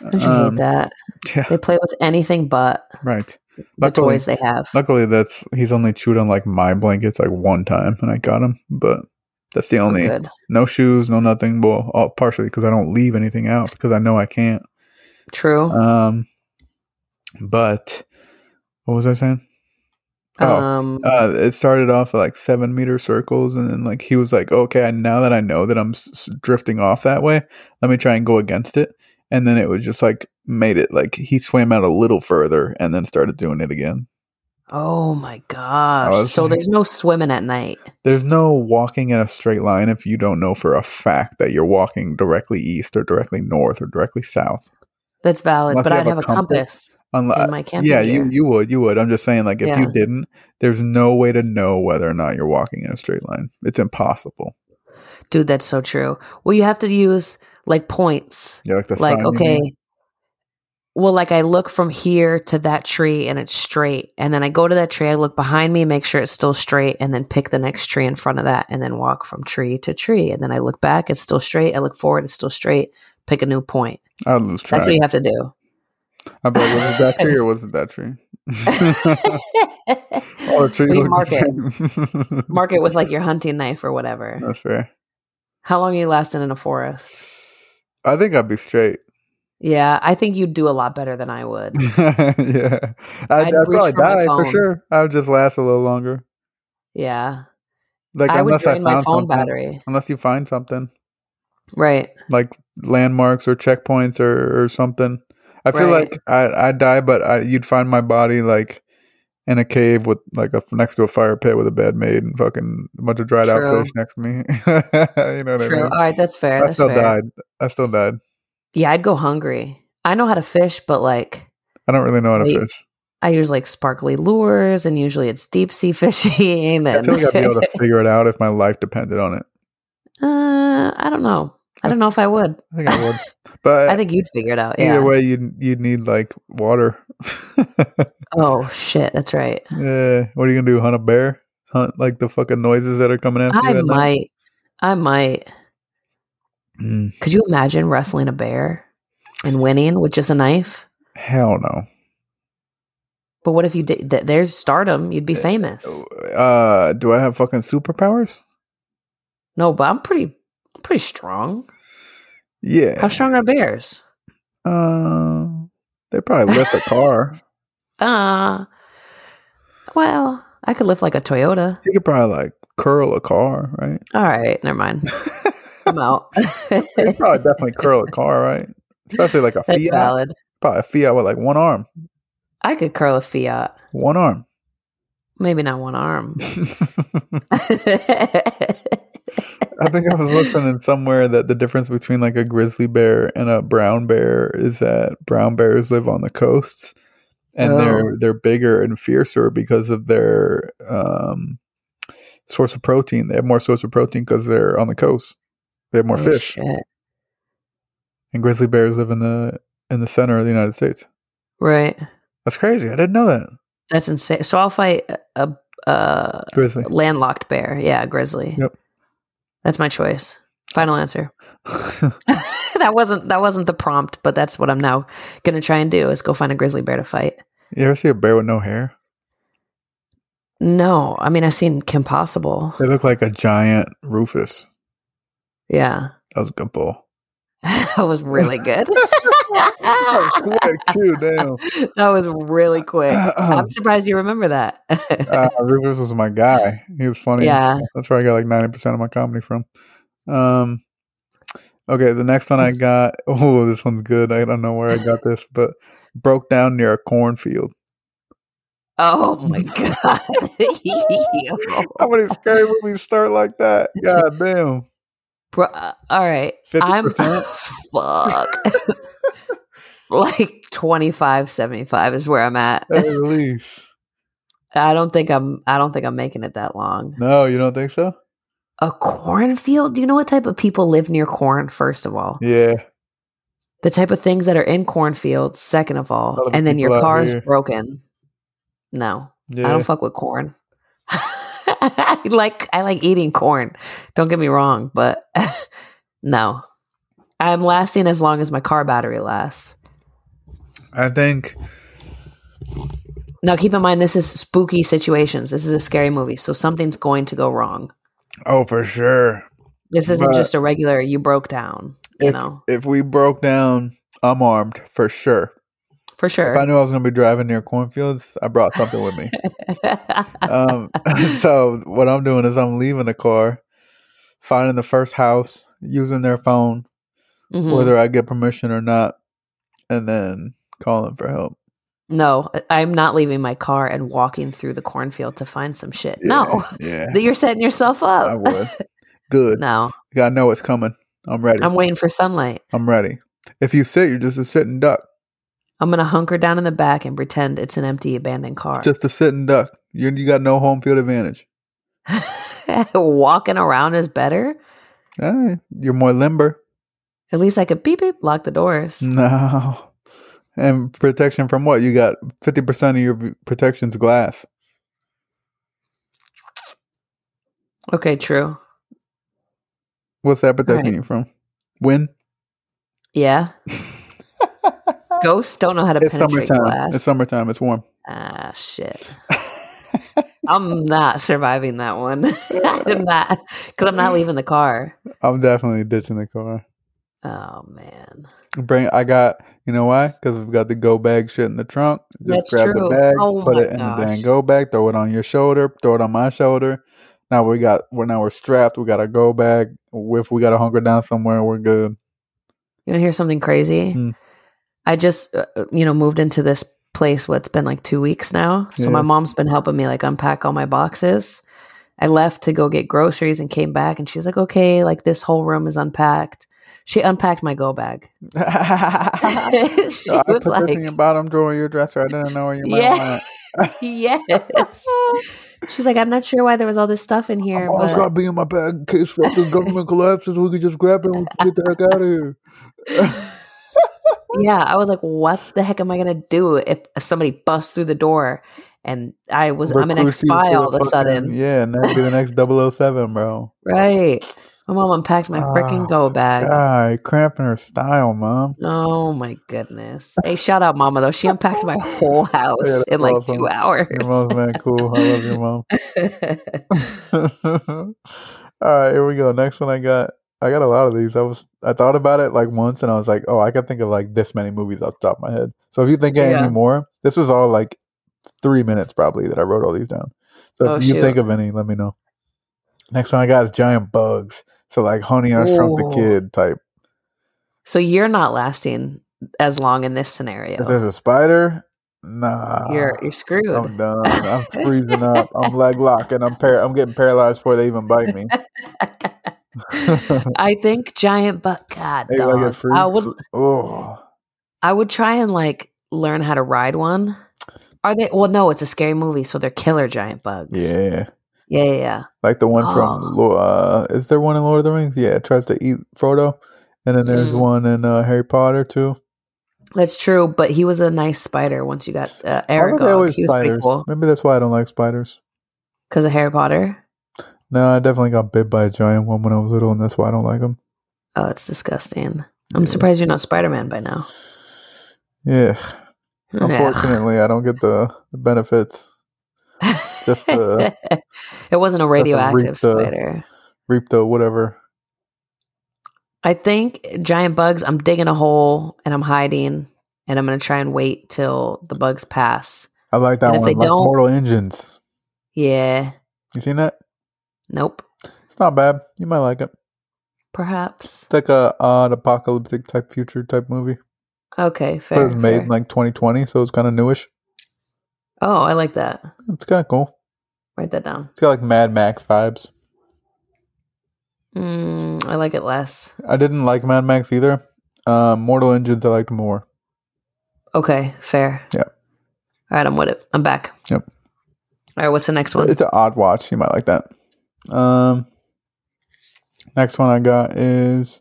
Don't you hate Um, that? yeah, They play with anything but right. the Luckily- toys they have. Luckily, that's he's only chewed on like my blankets like one time, and I got him. But that's the only Oh, Good. no shoes, no nothing. Well, all, partially because I don't leave anything out because I know I can't. True. Um, but what was I saying? oh, um, Uh, it started off at like seven meter circles, and then like he was like, "Okay, I- now that I know that I'm s- s- drifting off that way, let me try and go against it." And then it was just like made it like he swam out a little further, and then started doing it again. oh my gosh. was so like- there's no swimming at night. There's no walking in a straight line if you don't know for a fact that you're walking directly east or directly north or directly south. That's valid, Unless but you I'd have a have a compass. compass, Unless, in my camping yeah, gear. you, you would, you would. I'm just saying, like, if Yeah. you didn't, there's no way to know whether or not you're walking in a straight line. It's impossible. Dude, that's so true. Well, you have to use like points. Yeah, like the like, sign you okay. mean? Well, like I look from here to that tree and it's straight. And then I go to that tree, I look behind me, make sure it's still straight, and then pick the next tree in front of that and then walk from tree to tree. And then I look back, it's still straight. I look forward, it's still straight. Pick a new point. I lose track. That's what you have to do. I bet was it that tree or was it that tree? All the trees Well, you look mark it. the same. Mark it with like your hunting knife or whatever. That's fair. How long are you lasting in a forest? I think I'd be straight. Yeah, I think you'd do a lot better than I would. yeah, I'd, I'd I'd reach probably for my die for phone. sure. I would just last a little longer. Yeah. Like I would unless drain I my found phone something. battery. Unless you find something Right. like landmarks or checkpoints or, or something. I feel Right. like I I die, but I, you'd find my body like in a cave with like a next to a fire pit with a bed made and fucking a bunch of dried True. out fish next to me. you know what True. I mean? All right, that's fair. I that's still fair. died. I still died. Yeah, I'd go hungry. I know how to fish, but like I don't really know how to Wait, fish. I use like sparkly lures, and usually it's deep sea fishing. And I feel like I'd be able to figure it out if my life depended on it. uh, I don't know. I don't know if I would. I think I would, but I think you'd figure it out. either Yeah. way, you'd you'd need like water. Oh shit, that's right. Yeah, Eh, what are you gonna do? Hunt a bear? Hunt like the fucking noises that are coming after I you? at night? might. I might. Mm, Could you imagine wrestling a bear and winning with just a knife? hell no. But what if you did? Th- there's stardom. You'd Eh, be famous. Uh, do I have fucking superpowers? No, but I'm pretty, I'm pretty strong. Yeah. How strong are bears? Uh, they probably lift a car. Uh well, I could lift like a Toyota. You could probably like curl a car, right? All right, never mind. I'm out. you could probably definitely curl a car, right? Especially like a That's Fiat. valid. Probably a Fiat with like one arm. I could curl a Fiat. One arm. Maybe not one arm. I think I was listening somewhere that the difference between like a grizzly bear and a brown bear is that brown bears live on the coasts and they're they're bigger and fiercer because of their um, source of protein. They have more source of protein because they're on the coast. They have more Oh, fish. shit. And grizzly bears live in the in the center of the United States. Right. That's crazy. I didn't know that. That's insane. So I'll fight a, a, a Grizzly. landlocked bear. Yeah, grizzly. Yep. That's my choice. Final answer. um, that wasn't that wasn't the prompt, but that's what I'm now gonna try and do is go find a grizzly bear to fight. you ever see a bear with no hair? No, I mean I seen Kim Possible. They look like a giant Rufus. Yeah. That was a good ball. That was really good. That was quick Oh, too, damn. that was really quick. I'm surprised you remember that. uh, Rufus was my guy. He was funny. yeah. That's where I got like 90% of my comedy from. Um, okay, the next one I got. Oh, this one's good. I don't know where I got this, but broke down near a cornfield. Oh my god. How many scary movies start like that? God damn. Bru- uh, all right. 50%? I'm fuck. like 25 75 is where I'm at. At least. I don't think I'm I don't think I'm making it that long. No, you don't think so? A cornfield? Do you know what type of people live near corn first of all? Yeah. the type of things that are in cornfields, second of A lot all, of the and then your people out car's here- broken. No, I Yeah. don't fuck with corn. I like I like eating corn. Don't get me wrong, but no. I'm lasting as long as my car battery lasts. I think Now keep in mind this is spooky situations. This is a scary movie, so something's going to go wrong. oh for sure. This isn't Right. just a regular you broke down, you If- know. If we broke down, I'm armed for sure. For sure. If I knew I was going to be driving near cornfields, I brought something with me. um, so what I'm doing is I'm leaving the car, finding the first house, using their phone, Mhm. whether I get permission or not, and then calling for help. No, I- I'm not leaving my car and walking through the cornfield to find some shit. No. Yeah. That you're setting yourself up. I would. Good. No. I know it's coming. I'm ready. I'm I'm, waiting for sunlight. ready. If you sit, you're just a sitting duck. I'm gonna hunker down in the back and pretend it's an empty abandoned car. Just a sitting duck. You you got no home field advantage. Walking around is better. All right. Ah, You're more limber. At least I could beep beep lock the doors. Mm. No. And protection from what? You got 50% of your v- protection's glass. Okay, true. What's that protecting Right. you from? Wind? Yeah. Ghosts don't know how to It's penetrate summertime. glass. It's summertime. It's warm. ah, shit. I'm not surviving that one. I'm not because I'm not leaving the car. I'm definitely ditching the car. Oh man, Bring. I got. You know why? Because we've got the go bag shit in the trunk. That's true. the bag, Oh put my it in the gosh. dang go bag. Throw it on your shoulder. Throw it on my shoulder. Now we got. We're now we're strapped. We got our go bag. If we got to hunker down somewhere, we're good. you want to hear something crazy? Hmm. I just uh, uh, you know moved into this place. What's been like two weeks now. So Yeah. my mom's been helping me like unpack all my boxes. I left to go get groceries and came back, and she's like, "Okay, like this whole room is unpacked." She unpacked my go bag. I she put was like, this in your bottom drawer of your dresser. I didn't know where you might Yeah. want it. "Yes." she's like, "I'm not sure why there was all this stuff in here." Oh, it's but- gotta be in my bag in case fucking government collapses. We could just grab it and we can get the heck out of here. yeah, I was like, what the heck am I gonna do if somebody busts through the door and I was I'm an ex Recruit you to spy the all of a fucking- sudden. Yeah, and that'd be the next 007, bro. Right. My mom unpacked my freaking Oh, go bag. God, you're cramping her style, mom. Oh my goodness. Hey, shout out mama though. She unpacked my whole house Yeah, that's in like awesome. two Your mom's hours. man cool. I love your mom. All right, here we go. Next one I got. I got a lot of these. I was I thought about it like once, and I was like, oh, I can think of like this many movies off the top of my head. So if you think of Yeah. any more, this was all like three minutes probably that I wrote all these down. So if Oh, you shoot. think of any, let me know. Next one I got is giant bugs. So like Honey I Shrunk the Ooh. Kid type. so you're not lasting as long in this If scenario. there's a spider, nah. You're you're screwed. I'm done. I'm freezing up. I'm leg locking. I'm par- I'm getting paralyzed before they even bite me. I think giant butt god Hey, like dog. it I freaks. would Oh, I would try and like learn how to ride one. Are they? Well, no, it's a scary movie, so they're killer giant bugs. yeah. yeah, yeah. yeah. Like the one from Oh. Lo- uh, is there one in Lord of the Rings? Yeah, it tries to eat Frodo, and then there's Mm. one in uh, Harry Potter too. That's true. But he was a nice spider once you got uh, Why were they Aragog. always He was pretty spiders? cool Maybe that's why I don't like spiders. because of Harry Potter. No, I definitely got bit by a giant one when I was little, and that's why I don't like them. Oh, that's disgusting. I'm surprised you're not Spider Man by now. Yeah, Ugh. unfortunately, I don't get the, the benefits. Just uh, the it wasn't a radioactive the- spider. reap the whatever. I think giant bugs. I'm digging a hole and I'm hiding, and I'm gonna try and wait till the bugs pass. I like that And if one. they Like don't- Mortal Engines. Yeah. You seen that? Nope. It's not bad. You might like it. Perhaps. It's like a odd apocalyptic type future type movie. Okay. But it Fair. was made fair. in like 2020, so it's kind of newish. Oh, I like that. It's kind of cool. Write that down. It's got like Mad Max vibes. Mm, I like it less. I didn't like Mad Max either. Um, Mortal Engines I liked more. Okay, fair. Yeah. All right, I'm with it. I'm back. Yep. All right, what's the next one? It's an odd watch. You might like that. Um, next one I got is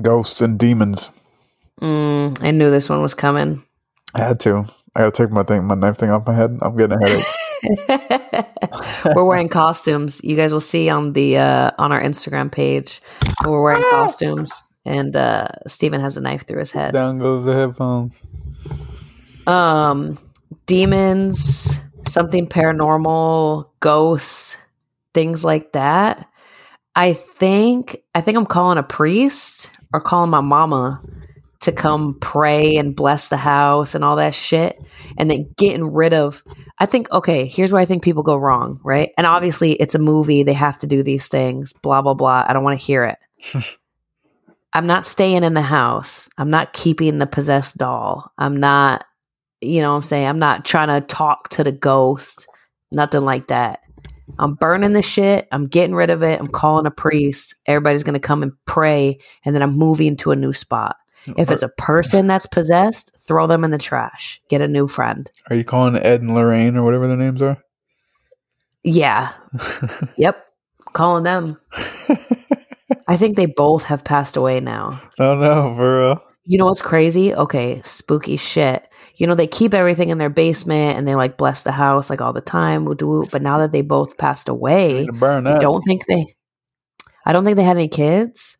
Ghosts and Demons. Mm, I knew this one was coming. I had to. I gotta take my thing, my knife thing off my head. I'm getting a headache. we're wearing costumes. You guys will see on the uh, on our Instagram page. We're wearing costumes, and uh, Steven has a knife through his head. Down goes the headphones. Um, demons, something paranormal, ghosts, things like that. I think I think I'm calling a priest or calling my mama to come pray and bless the house and all that shit and then getting rid of I think okay, here's where I think people go wrong, right? And obviously it's a movie, they have to do these things, blah blah blah. I don't want to hear it. I'm not staying in the house. I'm not keeping the possessed doll. I'm not you know what I'm saying? I'm not trying to talk to the ghost. Nothing like that. I'm burning the shit. I'm getting rid of it. I'm calling a priest. Everybody's going to come and pray. And then I'm moving to a new spot. If it's a person that's possessed, throw them in the trash. Get a new friend. Are you calling Ed and Lorraine or whatever their names are? Yeah. yep. Calling them. I think they both have passed away now. No, no, for real. You know what's crazy? Okay, spooky shit. You know, they keep everything in their basement and they like bless the house like all the time. woo, woo, woo. But now that they both passed away, Need to burn I that. don't think they I don't think they had any kids.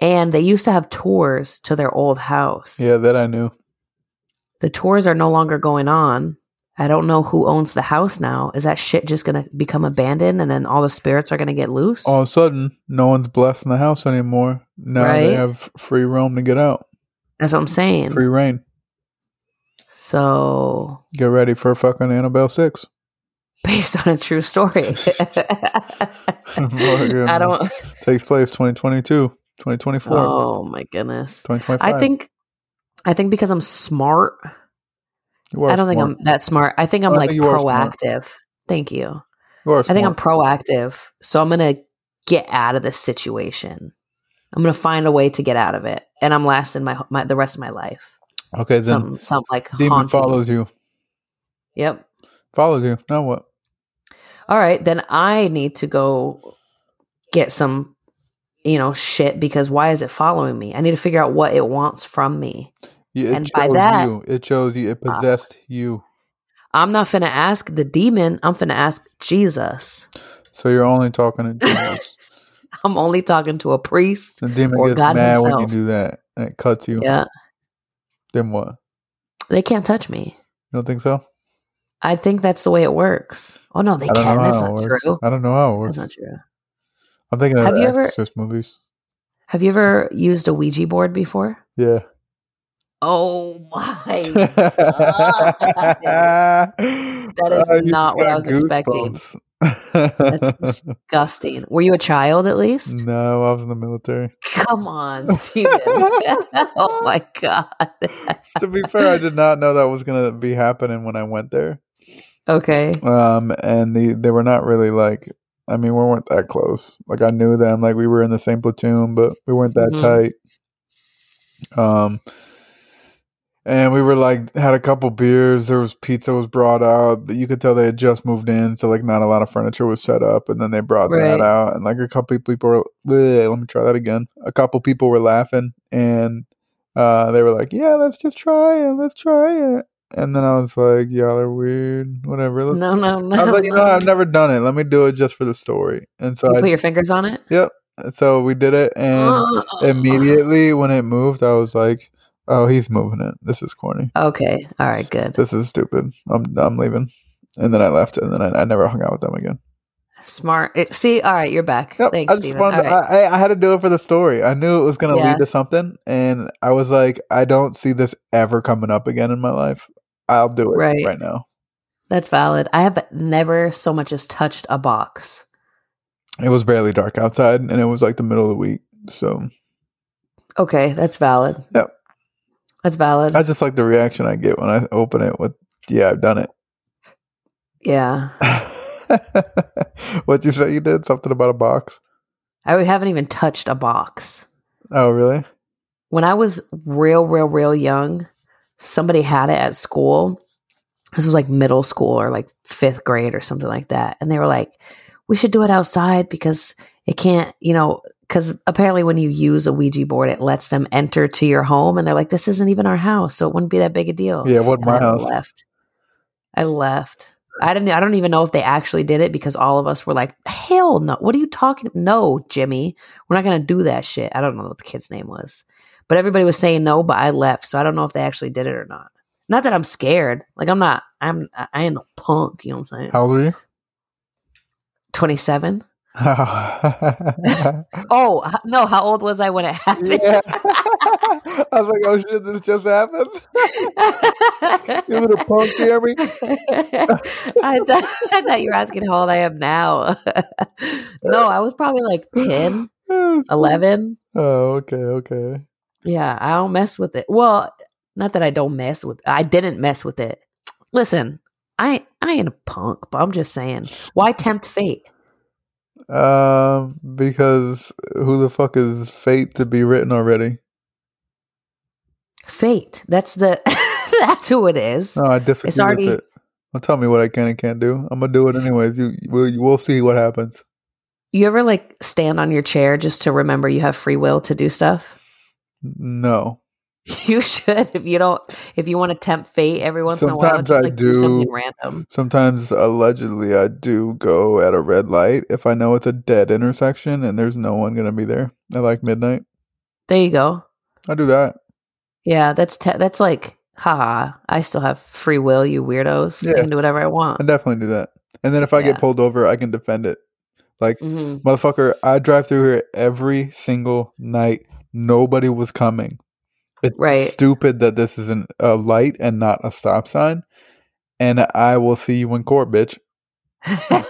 And they used to have tours to their old house. Yeah, that I knew. The tours are no longer going on. I don't know who owns the house now. Is that shit just gonna become abandoned and then all the spirits are gonna get loose? All of a sudden, no one's blessing the house anymore. Now Right. they have free roam to get out, That's what I'm saying. free reign. So Get ready for fucking Annabelle six. based on a true story. Fucking- I don't Takes place 2022, 2024, Oh my goodness. 2025. I think I think because I'm smart you are I don't think smart. I'm that smart. I think I'm I like think you are smart. proactive. Thank you. You are I think I'm smart. proactive. So I'm going to get out of this situation. I'm going to find a way to get out of it. And I'm lasting my, my the rest of my life. okay. Then Some some like demon haunting. follows you. Yep. Follows you. Now what? All right, then I need to go get some you know shit because why is it following me? I need to figure out what it wants from me. Yeah, it And by chose that- you. It chose you. It Ah. possessed you. I'm not finna ask the demon. I'm finna ask Jesus. So you're only talking to demons. I'm only talking to a priest. the demon Or gets God mad when you himself. do that, and it cuts you. Yeah, Then what? You they can't touch me. don't think so? I think that's the way it works. Oh no, they I don't can. know That's how it not works. true. I don't know how it works. That's not true. I'm thinking of Have you ever- Exorcist movies. Have you ever used a Ouija board before? Yeah. Oh my! that is not what I was expecting. That's disgusting. Were you a child at least? no, I was in the military. Come on, Steven. oh my god. to be fair, I did not know that was going to be happening when I went there. Okay. Um, and the, they were not really like, I mean, we weren't that close. Like, I knew them. Like, we were in the same platoon, but we weren't that Mhm. tight. Um, and we were like, had a couple beers. There was pizza was brought out. You could tell they had just moved in, so like not a lot of furniture was set up. And then they brought Right. that out, and like a couple people were. bleh, let me try that again. A couple people were laughing, and uh, they were like, "Yeah, let's just try it. Let's try it." And then I was like, "Y'all are weird. Whatever." Let's. No, no, no. I was like, "You know, no. I've never done it. Let me do it just for the story." And so you put I, your fingers on it. so we did it, and Oh. immediately when it moved, I was like, "Oh, he's moving it. This is corny. Okay. All right. Good. This is stupid. I'm I'm leaving." And then I left, and then I, I never hung out with them again. Smart. It- see. All right. You're back. Yep, Thanks, I just Steven. wanted. to- All right. I, I I had to do it for the story. I knew it was going to Yeah. lead to something, and I was like, I don't see this ever coming up again in my life. I'll do it Right. right, now. That's valid. I have never so much as touched a box. It was barely dark outside, and it was like the middle of the week, so Okay, that's valid. Yep. That's valid. I just like the reaction I get when I open it with, "Yeah, I've done it." yeah. what you say you did? Something about a box? I would- haven't even touched a box. Oh, really? When I was real, real, real young, somebody had it at school. This was like middle school or like fifth grade or something like that. And they were like, we should do it outside because it can't, you know, because apparently when you use a Ouija board, it lets them enter to your home. And they're like, this isn't even our house. So it wouldn't be that big a deal. Yeah, what and I my house? left. I left. I didn't. I don't even know if they actually did it because all of us were like, "Hell no! What are you talking? No, Jimmy, we're not gonna do that shit." I don't know what the kid's name was, but everybody was saying no. But I left, so I don't know if they actually did it or not. Not that I'm scared. Like I'm not. I'm. I I ain't no punk. You know what I'm saying? How old are you? Twenty seven. Oh h- no! How old was I when it happened? yeah. I was like, oh shit, this just happened. You little punk, Jeremy. I, thought, I thought you were asking how old I am now. no, I was probably like Mm-hmm. 10, 11. Oh, okay, okay. Yeah, I don't mess with it. Well, not that I don't mess with I didn't mess with it. Listen, I I ain't a punk, but I'm just saying, why tempt fate? Um, because who the fuck is fate to be written already? Fate. That's the that's who it is. No, I disagree already- with it. Well, tell me what I can and can't do. I'm gonna do it anyways. You, we'll, we'll see what happens. You ever like stand on your chair just to remember you have free will to do stuff? No, You should if you don't if you want to tempt fate every once in a while, Sometimes I just like do. something do. random. Sometimes, allegedly, I do go at a red light if I know it's a dead intersection and there's no one going to be there at like midnight. There you go. I do that. Yeah, that's te- that's like, haha, I still have free will, you weirdos. I Yeah. can do whatever I want. I definitely do that. And then if I Yeah. get pulled over, I can defend it. Like, hmm motherfucker, I drive through here every single night. Nobody was coming. It's Right. stupid that this is an, a light and not a stop sign. And I will see you in court, bitch. Mm-hmm.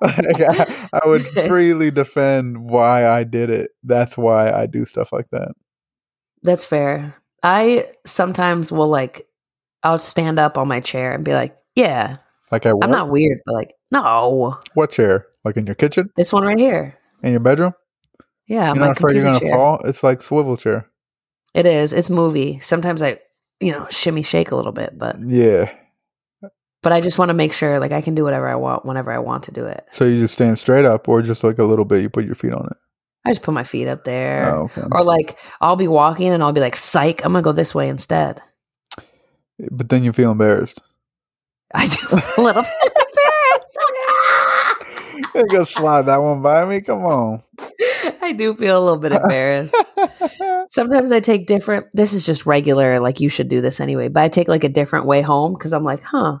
Like, I, I would freely defend why I did it. That's why I do stuff like that. That's fair. I sometimes will like, I'll stand up on my chair and be like, yeah, Like at work? I'm not weird, but like, no, what chair? Like in your kitchen? this one right here. In your bedroom? Yeah, you're my not afraid you're gonna computer chair. fall? It's like swivel chair. It is. It's movie. Sometimes I, you know, shimmy shake a little bit, but Yeah. but I just want to make sure like I can do whatever I want whenever I want to do it. So you just stand straight up or just like a little bit, you put your feet on it. I just put my feet up there. Oh, okay. Or like I'll be walking and I'll be like, psych, I'm gonna go this way instead. But then you feel embarrassed. I do a little bit embarrassed. You're gonna slide that one by me? Come on. I do feel a little bit embarrassed. Sometimes I take different this is just regular, like you should do this anyway, but I take like a different way home because I'm like, huh,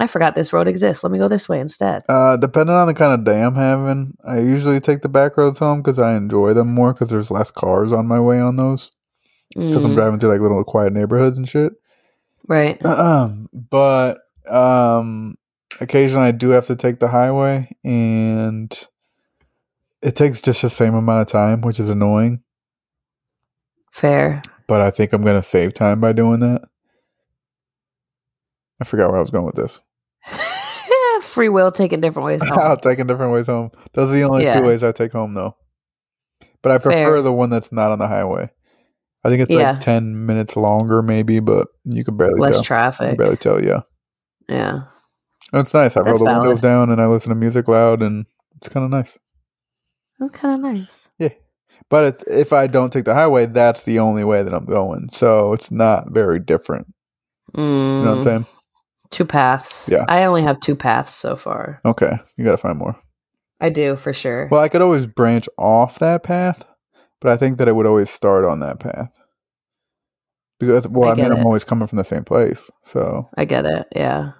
I forgot this road exists. Let me go this way instead. uh, depending on the kind of day I'm having, I usually take the back roads home because I enjoy them more because there's less cars on my way on those because I'm Mm, driving through like little quiet neighborhoods and shit. right. but um occasionally I do have to take the highway and it takes just the same amount of time, which is annoying, Fair. but I think I'm going to save time by doing that. I forgot where I was going with this. Free will taking different ways home. I'll take it different ways home. Those are the only Oh. Yeah. two ways I take home though. But I prefer Fair. the one that's not on the highway. I think it's Yeah. like 10 minutes longer maybe, but you can barely Less tell. You can traffic. barely tell, yeah. Yeah. And it's nice. I roll That's the valid. windows down and I listen to music loud and it's kind of nice. That's kinda nice. But it's if I don't take the highway, that's the only way that I'm going. So it's not very different. You know what I'm Mm. saying? Two paths. Yeah. I only have two paths so far. Okay, you gotta find more. I do for sure. Well, I could always branch off that path, but I think that it would always start on that path because well, I I, mean, get I'm it. always coming from the same place. So I get it. Yeah.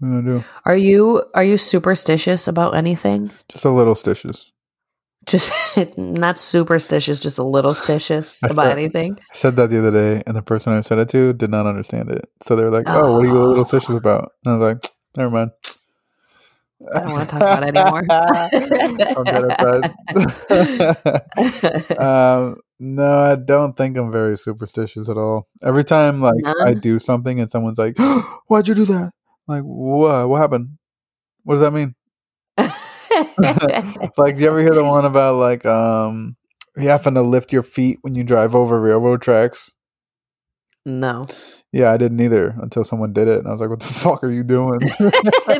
what am I gonna do? Are you are you superstitious about anything? Just a little stitches. Just not superstitious, just a little stitious I about said- anything. I said that the other day, and the person I said it to did not understand it. So they were like, "Oh, what are you Oh. little stitches about?" And I was like, "Never mind." I don't wanna talk about it anymore. I'm dead outside. um no i don't think i'm very superstitious at all every time like i None? do something and someone's like why'd you do that I'm like what what happened what does that mean like do you ever hear the one about like um you having to lift your feet when you drive over railroad tracks no. yeah i didn't either until someone did it and i was like what the fuck are you doing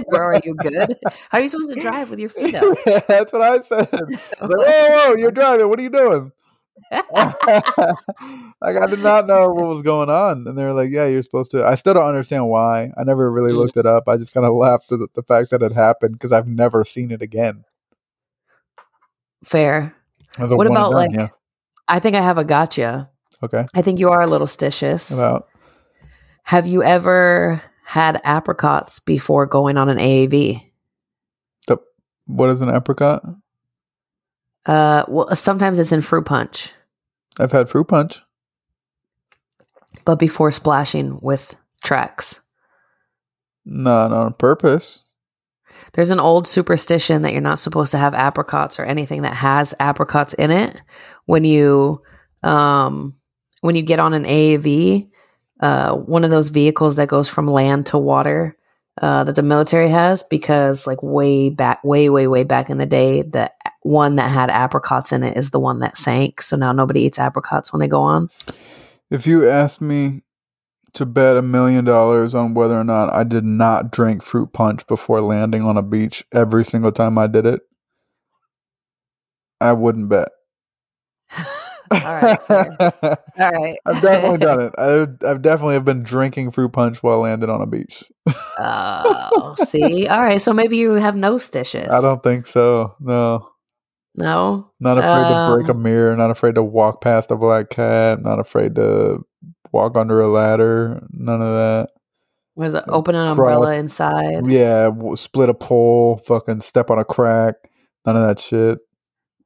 Bro, are you good? How are you supposed to drive with your feet up? eh, that's what i said I was like, whoa whoa you're driving what are you doing like I did not know what was going on, and they were like, "Yeah, you're supposed to." I still don't understand why. I never really Mm. looked it up. I just kind of laughed at the, the fact that it happened because I've never seen it again. Fair. It was a What one and about, done, like- I think I have a gotcha. yeah? Okay, I think you are a little stitious. about Have you ever had apricots before going on an AAV? what is an apricot? Uh, well, sometimes it's in fruit punch, I've had fruit punch. but before splashing with Trex. Not on purpose. There's an old superstition that you're not supposed to have apricots or anything that has apricots in it when you um when you get on an AAV, uh one of those vehicles that goes from land to water uh that the military has because like way back way way way back in the day the one that had apricots in it is the one that sank. So now nobody eats apricots when they go on. If you asked me to bet a million dollars on whether or not I did not drink fruit punch before landing on a beach every single time I did it, I wouldn't bet. All right, fair. All right. I've definitely done it. I, I've definitely have been drinking fruit punch while landed on a beach. Oh, see. All right, so maybe you have no stitches. I don't think so. No, No. not afraid to break a Um, mirror. Not afraid to walk past a black cat. Not afraid to walk under a ladder. None of that. Was it Like, open an crawl umbrella with- inside? Yeah, w- split a pole, fucking step on a crack, none of that shit.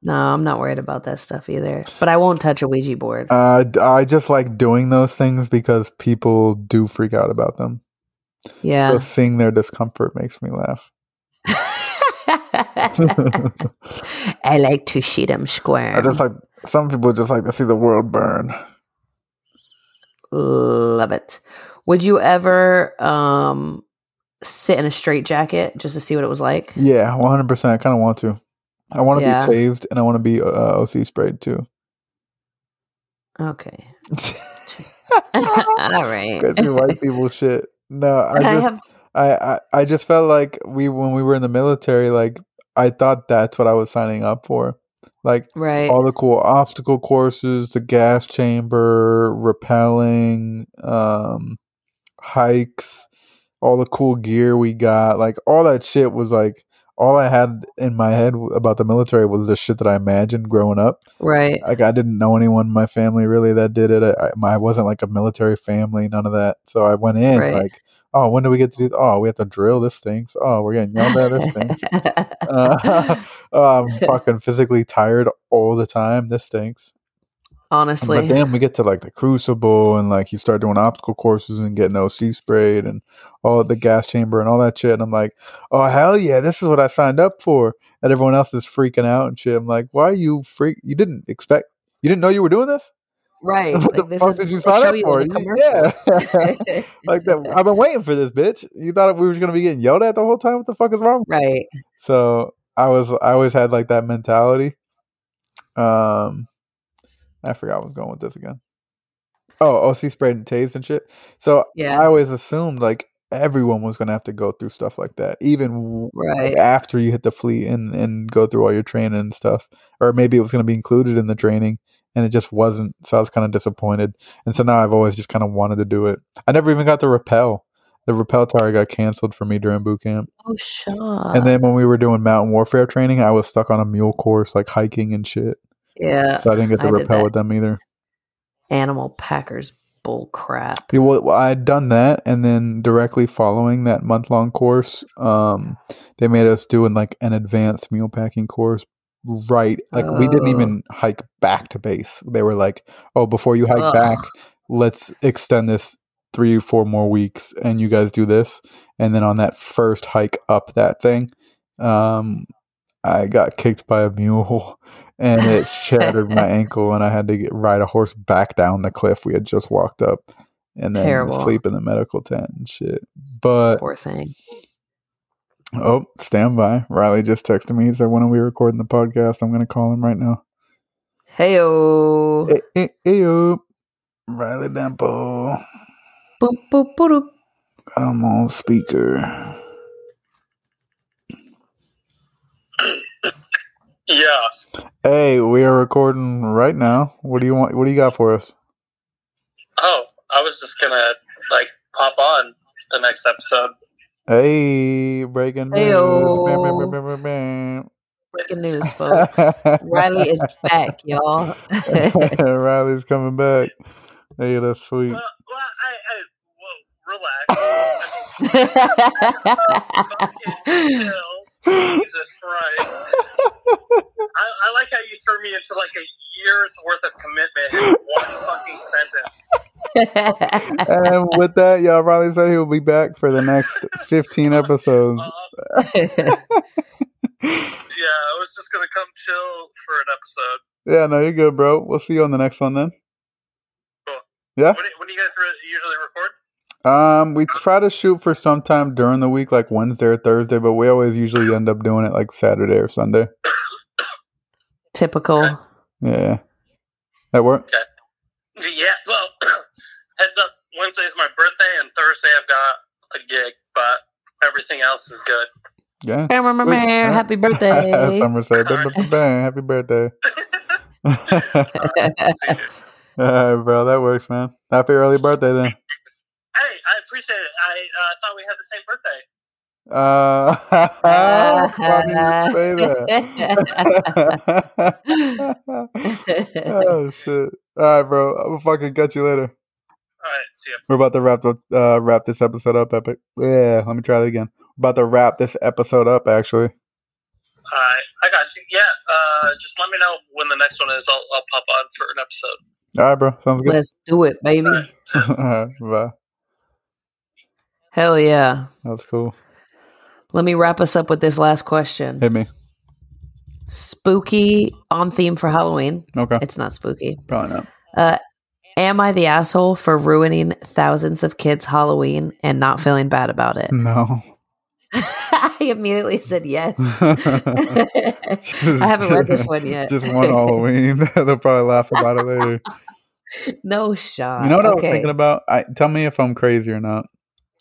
No, I'm not worried about that stuff either. But I won't touch a Ouija board. Uh, d- I just like doing those things because people do freak out about them. yeah. So seeing their discomfort makes me laugh. I I like to shoot 'em square. just like some people just like to see the world burn. love it. Would you ever um sit in a straight jacket just to see what it was like? Yeah, one hundred percent. I kind of want to. I want to Yeah. be tased and I want to be uh, OC sprayed too. Okay. All right. Because you white people shit. No, I I, just have I, I I just felt like we when we were in the military, like I thought that's what I was signing up for, like right. all the cool obstacle courses, the gas chamber, rappelling, um, hikes, all the cool gear we got, like all that shit was like all I had in my head w- about the military was the shit that I imagined growing up. Right. Like I didn't know anyone in my family really that did it. I, I, my- I wasn't like a military family, none of that. So I went in Right. like, oh, when do we get to do? Oh, we have to drill. This stinks. Oh, we're getting yelled at. This stinks. Uh, oh, I'm fucking physically tired all the time. This stinks. Honestly. But then we get to like the crucible and like you start doing obstacle courses and getting OC sprayed and all the gas chamber and all that shit. And I'm like, oh hell yeah, this is what I signed up for. And everyone else is freaking out and shit. I'm like, why are you freak? You didn't expect. You didn't know you were doing this. Right. What the like, this fuck is did you what they sign show up you for? in the You- commercial. like that. I've been waiting for this, bitch. You thought we were going to be getting yelled at the whole time. What the fuck is wrong? right. So I was, I always had like that mentality. Um, I forgot I was going with this again. Oh, OC sprayed and tased and shit. So Yeah. I always assumed like everyone was going to have to go through stuff like that, even w- Right. after you hit the fleet and and go through all your training and stuff. Or maybe it was going to be included in the training, and it just wasn't. So I was kind of disappointed. And so now I've always just kind of wanted to do it. I never even got the rappel. The rappel tower got canceled for me during boot camp. Oh, sure. and then when we were doing mountain warfare training, I was stuck on a mule course, like hiking and shit. yeah, So I didn't get I to did rappel that. with them either. animal packers bull crap. Yeah, well, I had done that, and then directly following that month long course, um, they made us do an, like an advanced mule packing course. Right, like we didn't Oh. even hike back to base. They were like, "Oh, before you hike Ugh. back, let's extend this three, four more weeks, and you guys do this." And then on that first hike up that thing, um, I got kicked by a mule, and it shattered my ankle, and I had to get, ride a horse back down the cliff we had just walked up and then Terrible. sleep in the medical tent and shit. But Poor thing. oh, stand by. Riley just texted me. He said, "When are we recording the podcast?" I'm gonna call him right now. Hey oh. Eh, eh, eh, oh. Riley Dempo. Got him on speaker. Yeah. Hey, we are recording right now. What do you want? What do you got for us? Oh, I was just gonna like pop on the next episode. Hey, breaking news. Heyo. Bam, bam, bam, bam, bam, Breaking news, folks. Riley is back, y'all. bam. Riley's coming back. Hey, that's sweet. Well, well I, I well, relax. Fucking chill. Jesus Christ! I, I like how you threw me into like a year's worth of commitment in one fucking sentence. and with that, y'all, Riley said he will be back for the next 15 episodes. Uh, yeah, I was just gonna come chill for an episode. Yeah, no, you're good, bro. We'll see you on the next one then. Yeah. When, do- when do you guys re- usually record? Um, we try to shoot for sometime during the week, like Wednesday or Thursday, but we always usually end up doing it like Saturday or Sunday. Typical. Yeah. That work? Yeah, well, heads up. Wednesday's my birthday, and Thursday I've got a gig, but everything else is good. Yeah. Happy birthday. Summer said, "Bam, bam, bam, happy birthday. All right, bro. That works, man. Happy early birthday then. Hey, I appreciate it. I uh, thought we had the same birthday. Uh, why did you say that? oh shit! All right, bro. i will fucking catch you later. All right, see ya. We're about to wrap the, uh, wrap this episode up, Epic. Yeah, let me try that again. About to wrap this episode up, actually. All right, I got you. Yeah, uh, just let me know when the next one is. I'll, I'll pop on for an episode. All right, bro. Sounds good. Let's do it, baby. All right, bye. Hell yeah. That's cool. Let me wrap us up with this last question. Hit me. Spooky on theme for Halloween. Okay. It's not spooky. Probably not. Uh, am I the asshole for ruining thousands of kids' Halloween and not feeling bad about it? No. I immediately said yes. I I haven't read this one yet. Just one Halloween. They'll probably laugh about it later. no shot. You know what I was Okay. thinking about? I, tell me if I'm crazy or not.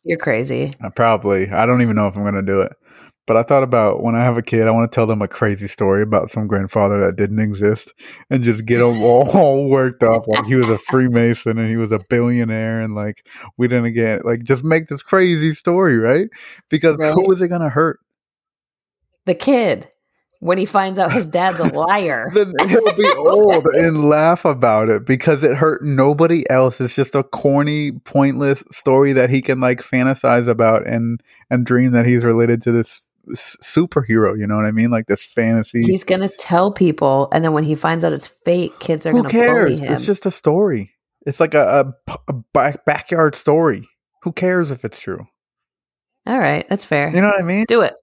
You're crazy. I probably. I don't even know if I'm going to do it. But I thought about when I have a kid, I want to tell them a crazy story about some grandfather that didn't exist and just get them all, all worked up. Like he was a Freemason and he was a billionaire. And like, we didn't get, like, just make this crazy story, right? Because Right. who is it going to hurt? The kid, when he finds out his dad's a liar. Then he'll be old and laugh about it because it hurt nobody else. It's just a corny, pointless story that he can like fantasize about and and dream that he's related to this s- superhero. You know what I mean? Like this fantasy. He's gonna tell people, and then when he finds out it's fake, kids are Who gonna bully cares? him. It's just a story. It's like a, a p- a back, backyard story. Who cares if it's true? All right, that's fair. You know what I mean? Do it.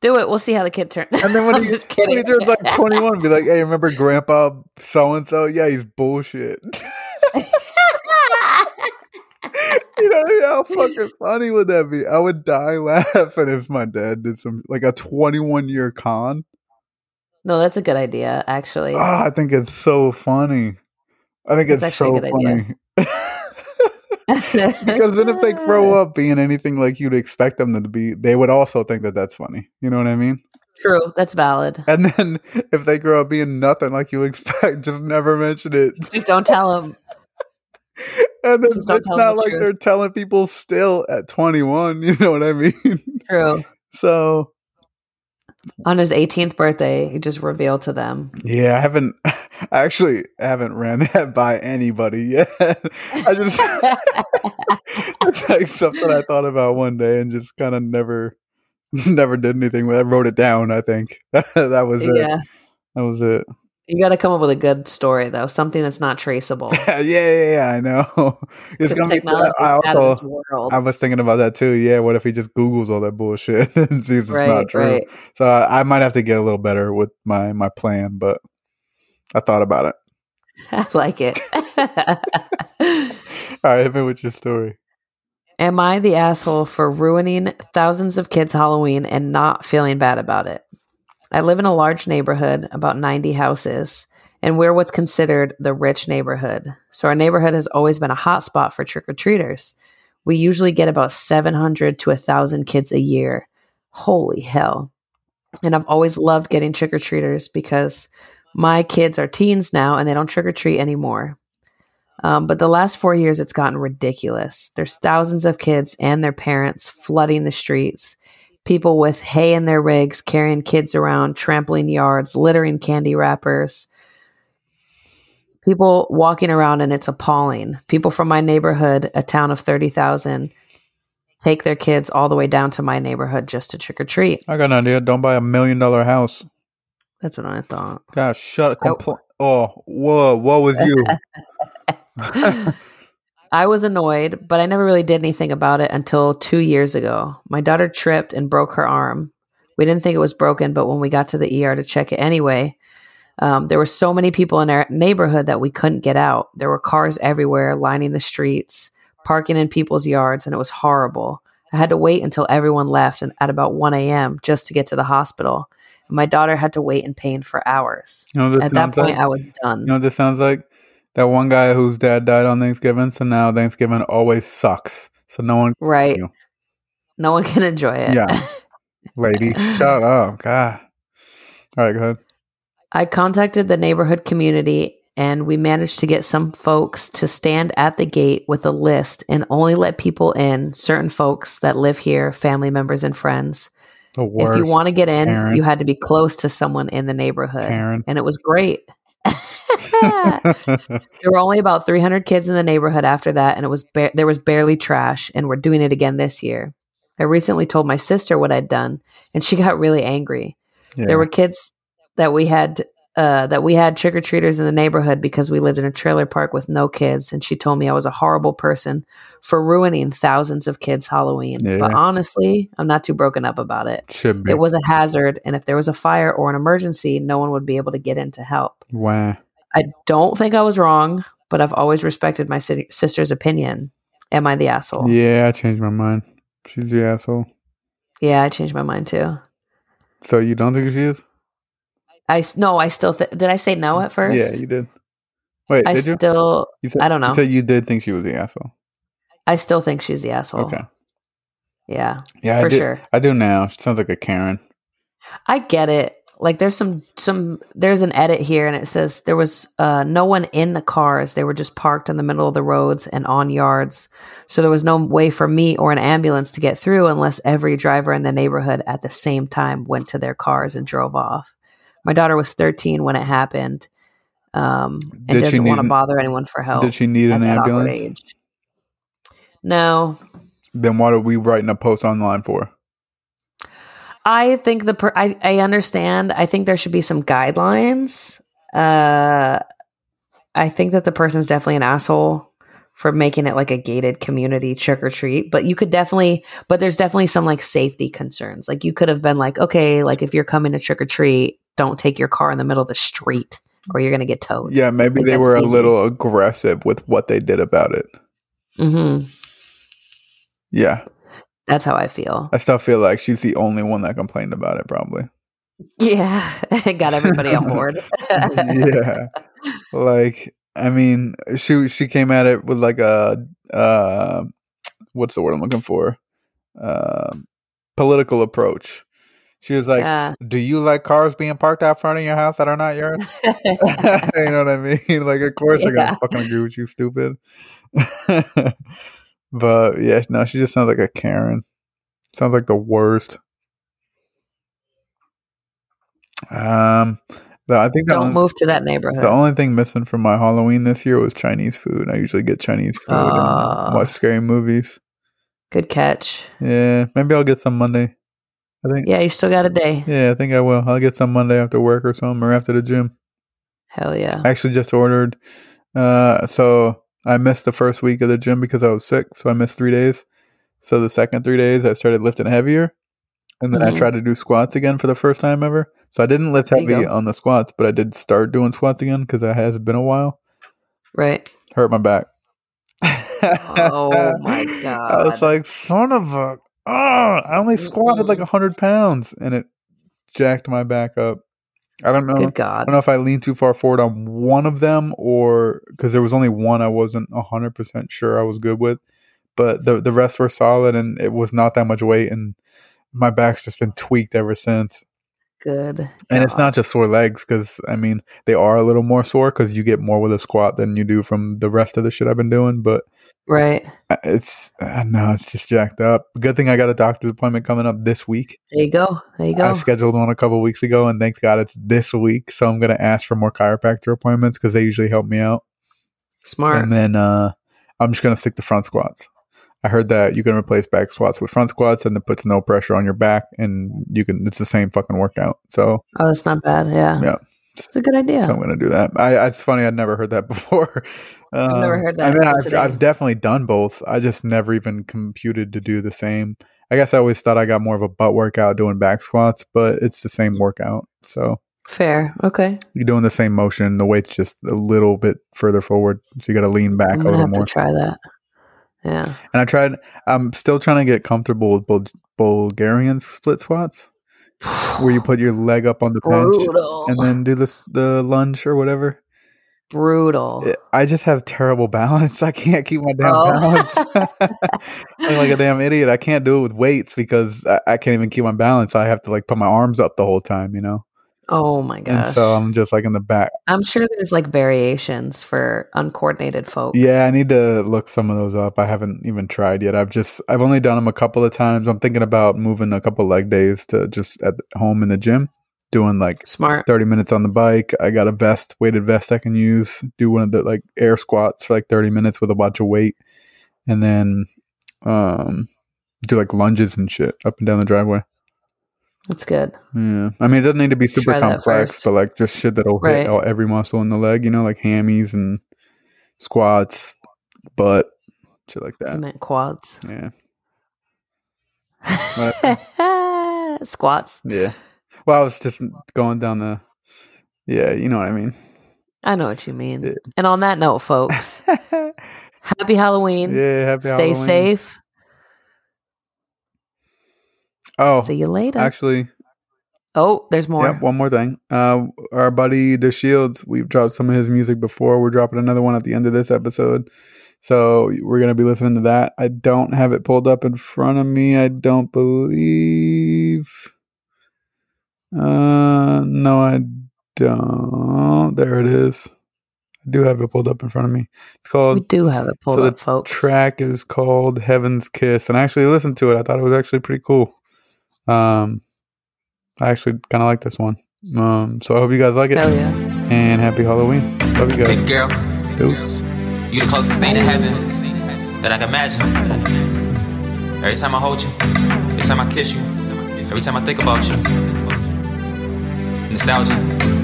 Do it. We'll see how the kid turns. And then when I'm he, just when he kidding. turns like 21, be like, hey, remember Grandpa so and so? Yeah, he's bullshit. you know how fucking funny would that be? I would die laughing if my dad did some like a 21 year con. no, that's a good idea, actually. Ah, I think it's so funny. I think That's it's, actually so a good idea. funny. because then if they grow up being anything like you'd expect them to be, they would also think that that's funny. You know what I mean? true, that's valid. And then if they grow up being nothing like you expect, just never mention it. Just don't tell him. And then Just don't it's tell 'em not the like truth. they're telling people still at 21. You know what I mean? True. So On his 18th birthday, he just revealed to them. Yeah, I haven't I actually haven't ran that by anybody yet. I just it's like something I thought about one day and just kind of never never did anything with. I wrote it down, I think. that was it. yeah, That was it. you got to come up with a good story though, something that's not traceable. yeah, yeah, yeah, I know. It's 'Cause gonna be technology is I out of this also world. I was thinking about that too. Yeah, what if he just Googles all that bullshit and sees it's right, not true? right. So I, I might have to get a little better with my my plan, but I thought about it. I like it. All right, hit me with your story. Am I the asshole for ruining thousands of kids' Halloween and not feeling bad about it? I live in a large neighborhood, about 90 houses, and we're what's considered the rich neighborhood. So our neighborhood has always been a hot spot for trick or treaters. We usually get about 700 to 1,000 kids a year. Holy hell. And I've always loved getting trick or treaters because my kids are teens now and they don't trick or treat anymore. Um, but the last four years, it's gotten ridiculous. There's thousands of kids and their parents flooding the streets, people with hay in their rigs, carrying kids around, trampling yards, littering candy wrappers, people walking around, and it's appalling. People from my neighborhood, a town of 30,000, take their kids all the way down to my neighborhood just to trick or treat. I got an idea. Don't buy a million dollar house. That's what I thought. Gosh, shut up. Oh. Compl- oh, whoa, what was you? I was annoyed, but I never really did anything about it until two years ago. My daughter tripped and broke her arm. We didn't think it was broken, but when we got to the ER to check it anyway, um, there were so many people in our neighborhood that we couldn't get out. There were cars everywhere lining the streets, parking in people's yards, and it was horrible. I had to wait until everyone left and at about 1 a.m. just to get to the hospital. My daughter had to wait in pain for hours. You know what this At that sounds point, like? I was done. You know what this sounds like? That one guy whose dad died on Thanksgiving, so now Thanksgiving always sucks. So no one, Right. you. No one can enjoy it. Yeah. lady, shut up. God. All right, go ahead. I contacted the neighborhood community and we managed to get some folks to stand at the gate with a list and only let people in, certain folks that live here, family members and friends. The worst. if you want to get in, Karen. you had to be close to someone in the neighborhood. Karen. And it was great. there were only about 300 kids in the neighborhood after that, and it was ba- there was barely trash. And we're doing it again this year. I recently told my sister what I'd done, and she got really angry. Yeah. There were kids that we had uh, that we had trick or treaters in the neighborhood because we lived in a trailer park with no kids, and she told me I was a horrible person for ruining thousands of kids' Halloween. Yeah. But honestly, I'm not too broken up about it. Should be. It was a hazard, and if there was a fire or an emergency, no one would be able to get in to help. wow. I don't think I was wrong, but I've always respected my si- sister's opinion. Am I the asshole? Yeah, I changed my mind. She's the asshole. yeah I changed my mind too. So you don't think she is? I s- no, I still th- did. I say no at first. Yeah, you did. Wait, I did you? still you said, I don't know. You said you did think she was the asshole. I still think she's the asshole. Okay. Yeah, Yeah, I Oh, for do. sure. I do now. She sounds like a Karen. I get it. Like there's some some there's an edit here and it says there was uh no one in the cars. They were just parked in the middle of the roads and on yards. So there was no way for me or an ambulance to get through unless every driver in the neighborhood at the same time went to their cars and drove off. My daughter was 13 when it happened. Um and Did she doesn't need want to an- bother anyone for help. Did she need at an that awkward ambulance? age. No, Then what are we writing a post online for? I think the per- I I understand. I think there should be some guidelines. Uh, I think that the person's definitely an asshole for making it like a gated community trick or treat. But you could definitely, but there's definitely some like safety concerns. Like you could have been like, okay, like if you're coming to trick or treat, don't take your car in the middle of the street or you're gonna get towed. Yeah, maybe Like, they Oh, that's were a easy. little aggressive with what they did about it. hmm Yeah, That's how I feel. I still feel like she's the only one that complained about it. Probably. Yeah, got everybody on board. yeah, like I mean, she she came at it with like a uh, what's the word I'm looking for? Um political approach. She was like, Yeah. "Do you like cars being parked out front of your house that are not yours?" you know what I mean? Like, of course, I Yeah. gotta fucking agree with you, stupid. but yeah, no, she just sounds like a Karen. Sounds like the worst. Um, but I think the don't only, move to that neighborhood. the only thing missing from my Halloween this year was Chinese food. I usually get Chinese food Aw. and Ah. watch scary movies. Good catch. Yeah, maybe I'll get some Monday. I think. Yeah, you still got a day. Yeah, I think I will. I'll get some Monday after work or something, or after the gym. Hell yeah. I actually just ordered. Uh, so I missed the first week of the gym because I was sick, so I missed three days. So the second three days, I started lifting heavier, and then Mhm. I tried to do squats again for the first time ever. So I didn't lift There you heavy go. on the squats, but I did start doing squats again because it has been a while. Right. Hurt my back. Oh my I was God. Mm-hmm. like, son of a. Oh, I only squatted like Mm-mm. like hundred pounds, and it jacked my back up. I don't know. Good I don't God. know if I leaned too far forward on one of them or because there was only one I wasn't 100% sure I was good with, but the, the rest were solid and it was not that much weight. And my back's just been tweaked ever since. Good. And it's not just sore legs because I mean they are a little more sore because you get more with a squat than you do from the rest of the shit I've been doing. But right. uh, it's uh, no, it's just jacked up. Good thing I got a doctor's appointment coming up this week. There you go. There you I go. scheduled one a couple weeks ago, and thank God it's this week. So I'm gonna ask for more chiropractor appointments because they usually help me out. Smart. And then uh, I'm just gonna stick to front squats. I heard that you can replace back squats with front squats, and it puts no pressure on your back, and you can. It's the same fucking workout. So Oh, that's not bad. Yeah. Yeah. It's a good idea. So I'm going to do that. I, I- it's funny. I'd never heard that before. Um, never heard I that mean, until I've, today. I've definitely done both. I just never even computed to do the same. I guess I always thought I got more of a butt workout doing back squats, but it's the same workout. So Fair. Okay. you're doing the same motion. The weight's just a little bit further forward. So you got to lean back I'm a gonna little have more. to try that. Yeah. and I tried, I'm still trying to get comfortable with Bul- Bulgarian split squats where you put your leg up on the bench brutal. and then do this, the lunge or whatever. brutal. it- I just have terrible balance. I can't keep my damn Oh. balance. I'm like a damn idiot. I can't do it with weights because I, I can't even keep my balance. I have to like put my arms up the whole time, you know. oh my gosh. And so um, I'm just like in the back. I'm sure there's like variations for uncoordinated folk. Yeah, I need to look some of those up. I haven't even tried yet. I've just I've only done them a couple of times. I'm thinking about moving a couple leg days to just at home in the gym, doing like Smart. 30 minutes on the bike. I got a vest, weighted vest I can use, do one of the like air squats for like 30 minutes with a bunch of weight. And then um do like lunges and shit up and down the driveway. That's good. Yeah. I mean, it doesn't need to be super Try that complex, first. but like just shit that'll Right. hit all, every muscle in the leg, you know, like hammies and squats, butt, shit like You that. meant quads. Yeah. Squats. Yeah. Well, I was just going down the, yeah, you know what I mean. I know what you mean. Yeah. And on that note, folks, yeah. happy Halloween. Happy Stay Halloween. safe. Oh, See you later. actually, oh, there's more. Yep, one more thing. Uh, our buddy The Shields, we've dropped some of his music before. We're dropping another one at the end of this episode. So we're going to be listening to that. I don't have it pulled up in front of me. I don't believe. Uh, no, I don't. There it is. I do have it pulled up in front of me. It's we called do have it pulled so the up, folks. track is called Heaven's Kiss, and I actually listened to it. I thought it was actually pretty cool. Um, I actually kind of like this one. Um, so I hope you guys like it, Hell yeah. and happy Halloween. Love you guys. Baby girl, Deuce. you the closest thing to heaven that I can imagine. Every time I hold you, every time I kiss you, every time I think about you. Nostalgia,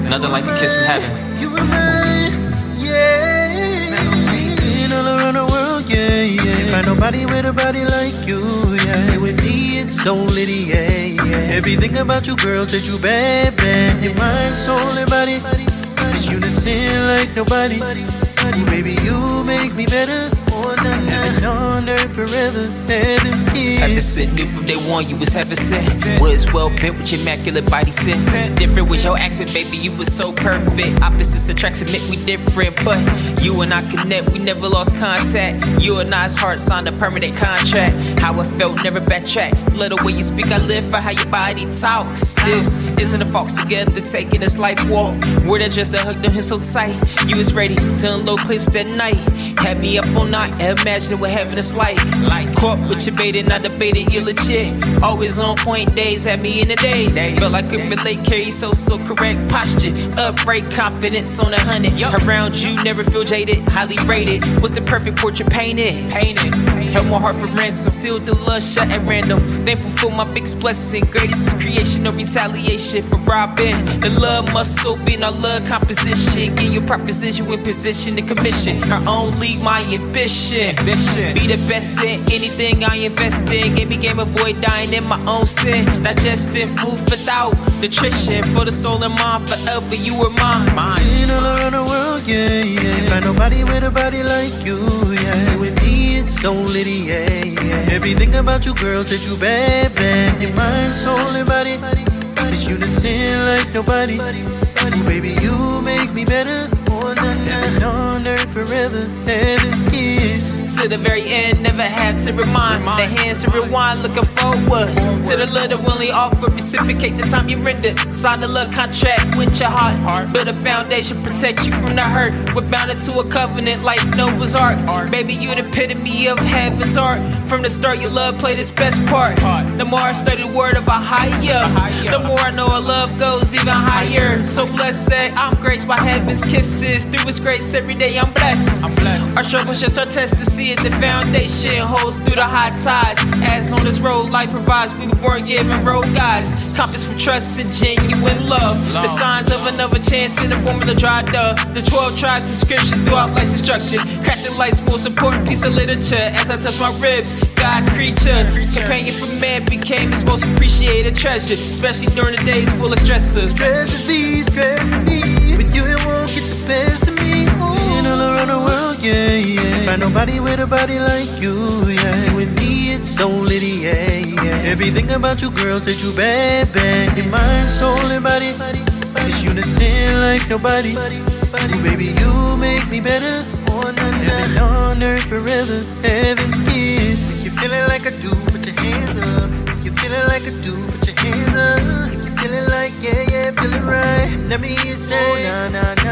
nothing like a kiss from heaven. You were mine, yeah. Been all around the world, yeah, yeah. Can't find nobody with a body like you, yeah. And with me, it's only the yeah, yeah. Everything about you, girl, said you bad, bad. Your mind, soul, and body. Cause you the sin like nobody. Baby, you make me better. Heaven on earth forever, heaven's Ever kiss. since knew from day one you was heaven sent. Was well bent with your immaculate body sent. Different with your accent, baby, you was so perfect. Opposites attract, admit we different, but you and I connect, we never lost contact. You and I's heart signed a permanent contract. How I felt, never backtrack. Love the way you speak, I live for how your body talks. This isn't a fox together taking this life walk. Word that just a hook them so tight. You was ready to unload clips that night. Had me up all night, imagining what heaven is like. Like caught with your bait and I debated you legit. Always on point days, had me in the days. Felt like I could relate, carry so so correct posture. Upright confidence on a hundred. Around you, never feel jaded, highly rated. Was the perfect portrait painted? Painted. Held my heart for ransom, sealed the love shut at random. Thankful for my biggest blessing. Greatest is creation, no retaliation for robbing. The love muscle being our love composition. Get your proposition with position to commission. Our only my ambition. Be the best in anything I invest in. Give me game, avoid dying in my own sin. Digesting food for thought, nutrition for the soul and mind. Forever you were mine. mine. Been all around the world, yeah, yeah. Can't find nobody with a body like you, yeah. And with me, it's only the yeah, yeah. Everything about you, girls, that you bad, bad. Your mind, soul, and body. Cause you the sin like nobody's. Baby, you make me better. Heaven on earth forever, heaven's kiss. to the very end, never have to remind. The hands to rewind, looking forward. To the little willing offer, reciprocate the time you render. Sign the love contract with your heart. Build a foundation, protect you from the hurt. We're bounded to a covenant like Noah's Ark. Baby, you the epitome of heaven's art. From the start, your love played its best part. The more I study the word of a higher, the more I know our love goes even higher. So blessed that I'm graced by heaven's kisses. Through his grace, every day I'm blessed. Our struggles just our test to see if the foundation holds through the high tides. As on this road, life provides, we were born given road guides. Compass for trust and genuine love. The signs of another chance in the form of the dry dove. The 12 tribes description throughout life's instruction. Crafted life's most important piece of literature. As I touch my ribs, God's creature. Companion for man became his most appreciated treasure. Especially during the days full of stressors. Stress is these, stress is me. With you, it won't get the best of me. And all around the world, yeah, yeah. Find nobody with a body like you, yeah. And with me, it's so litty, yeah, yeah. Everything about you, girl, said you bad, bad. Your mind, soul, and body. It's unison like nobody's. Ooh, baby, you make me better. Heaven on earth forever, heaven's kiss. If you're feeling like I do, put your hands up. If you're feeling like I do, put your hands up. If you're feeling like, yeah, yeah, feeling right. Let me hear you say, oh, nah, nah, nah. Oh, Oh,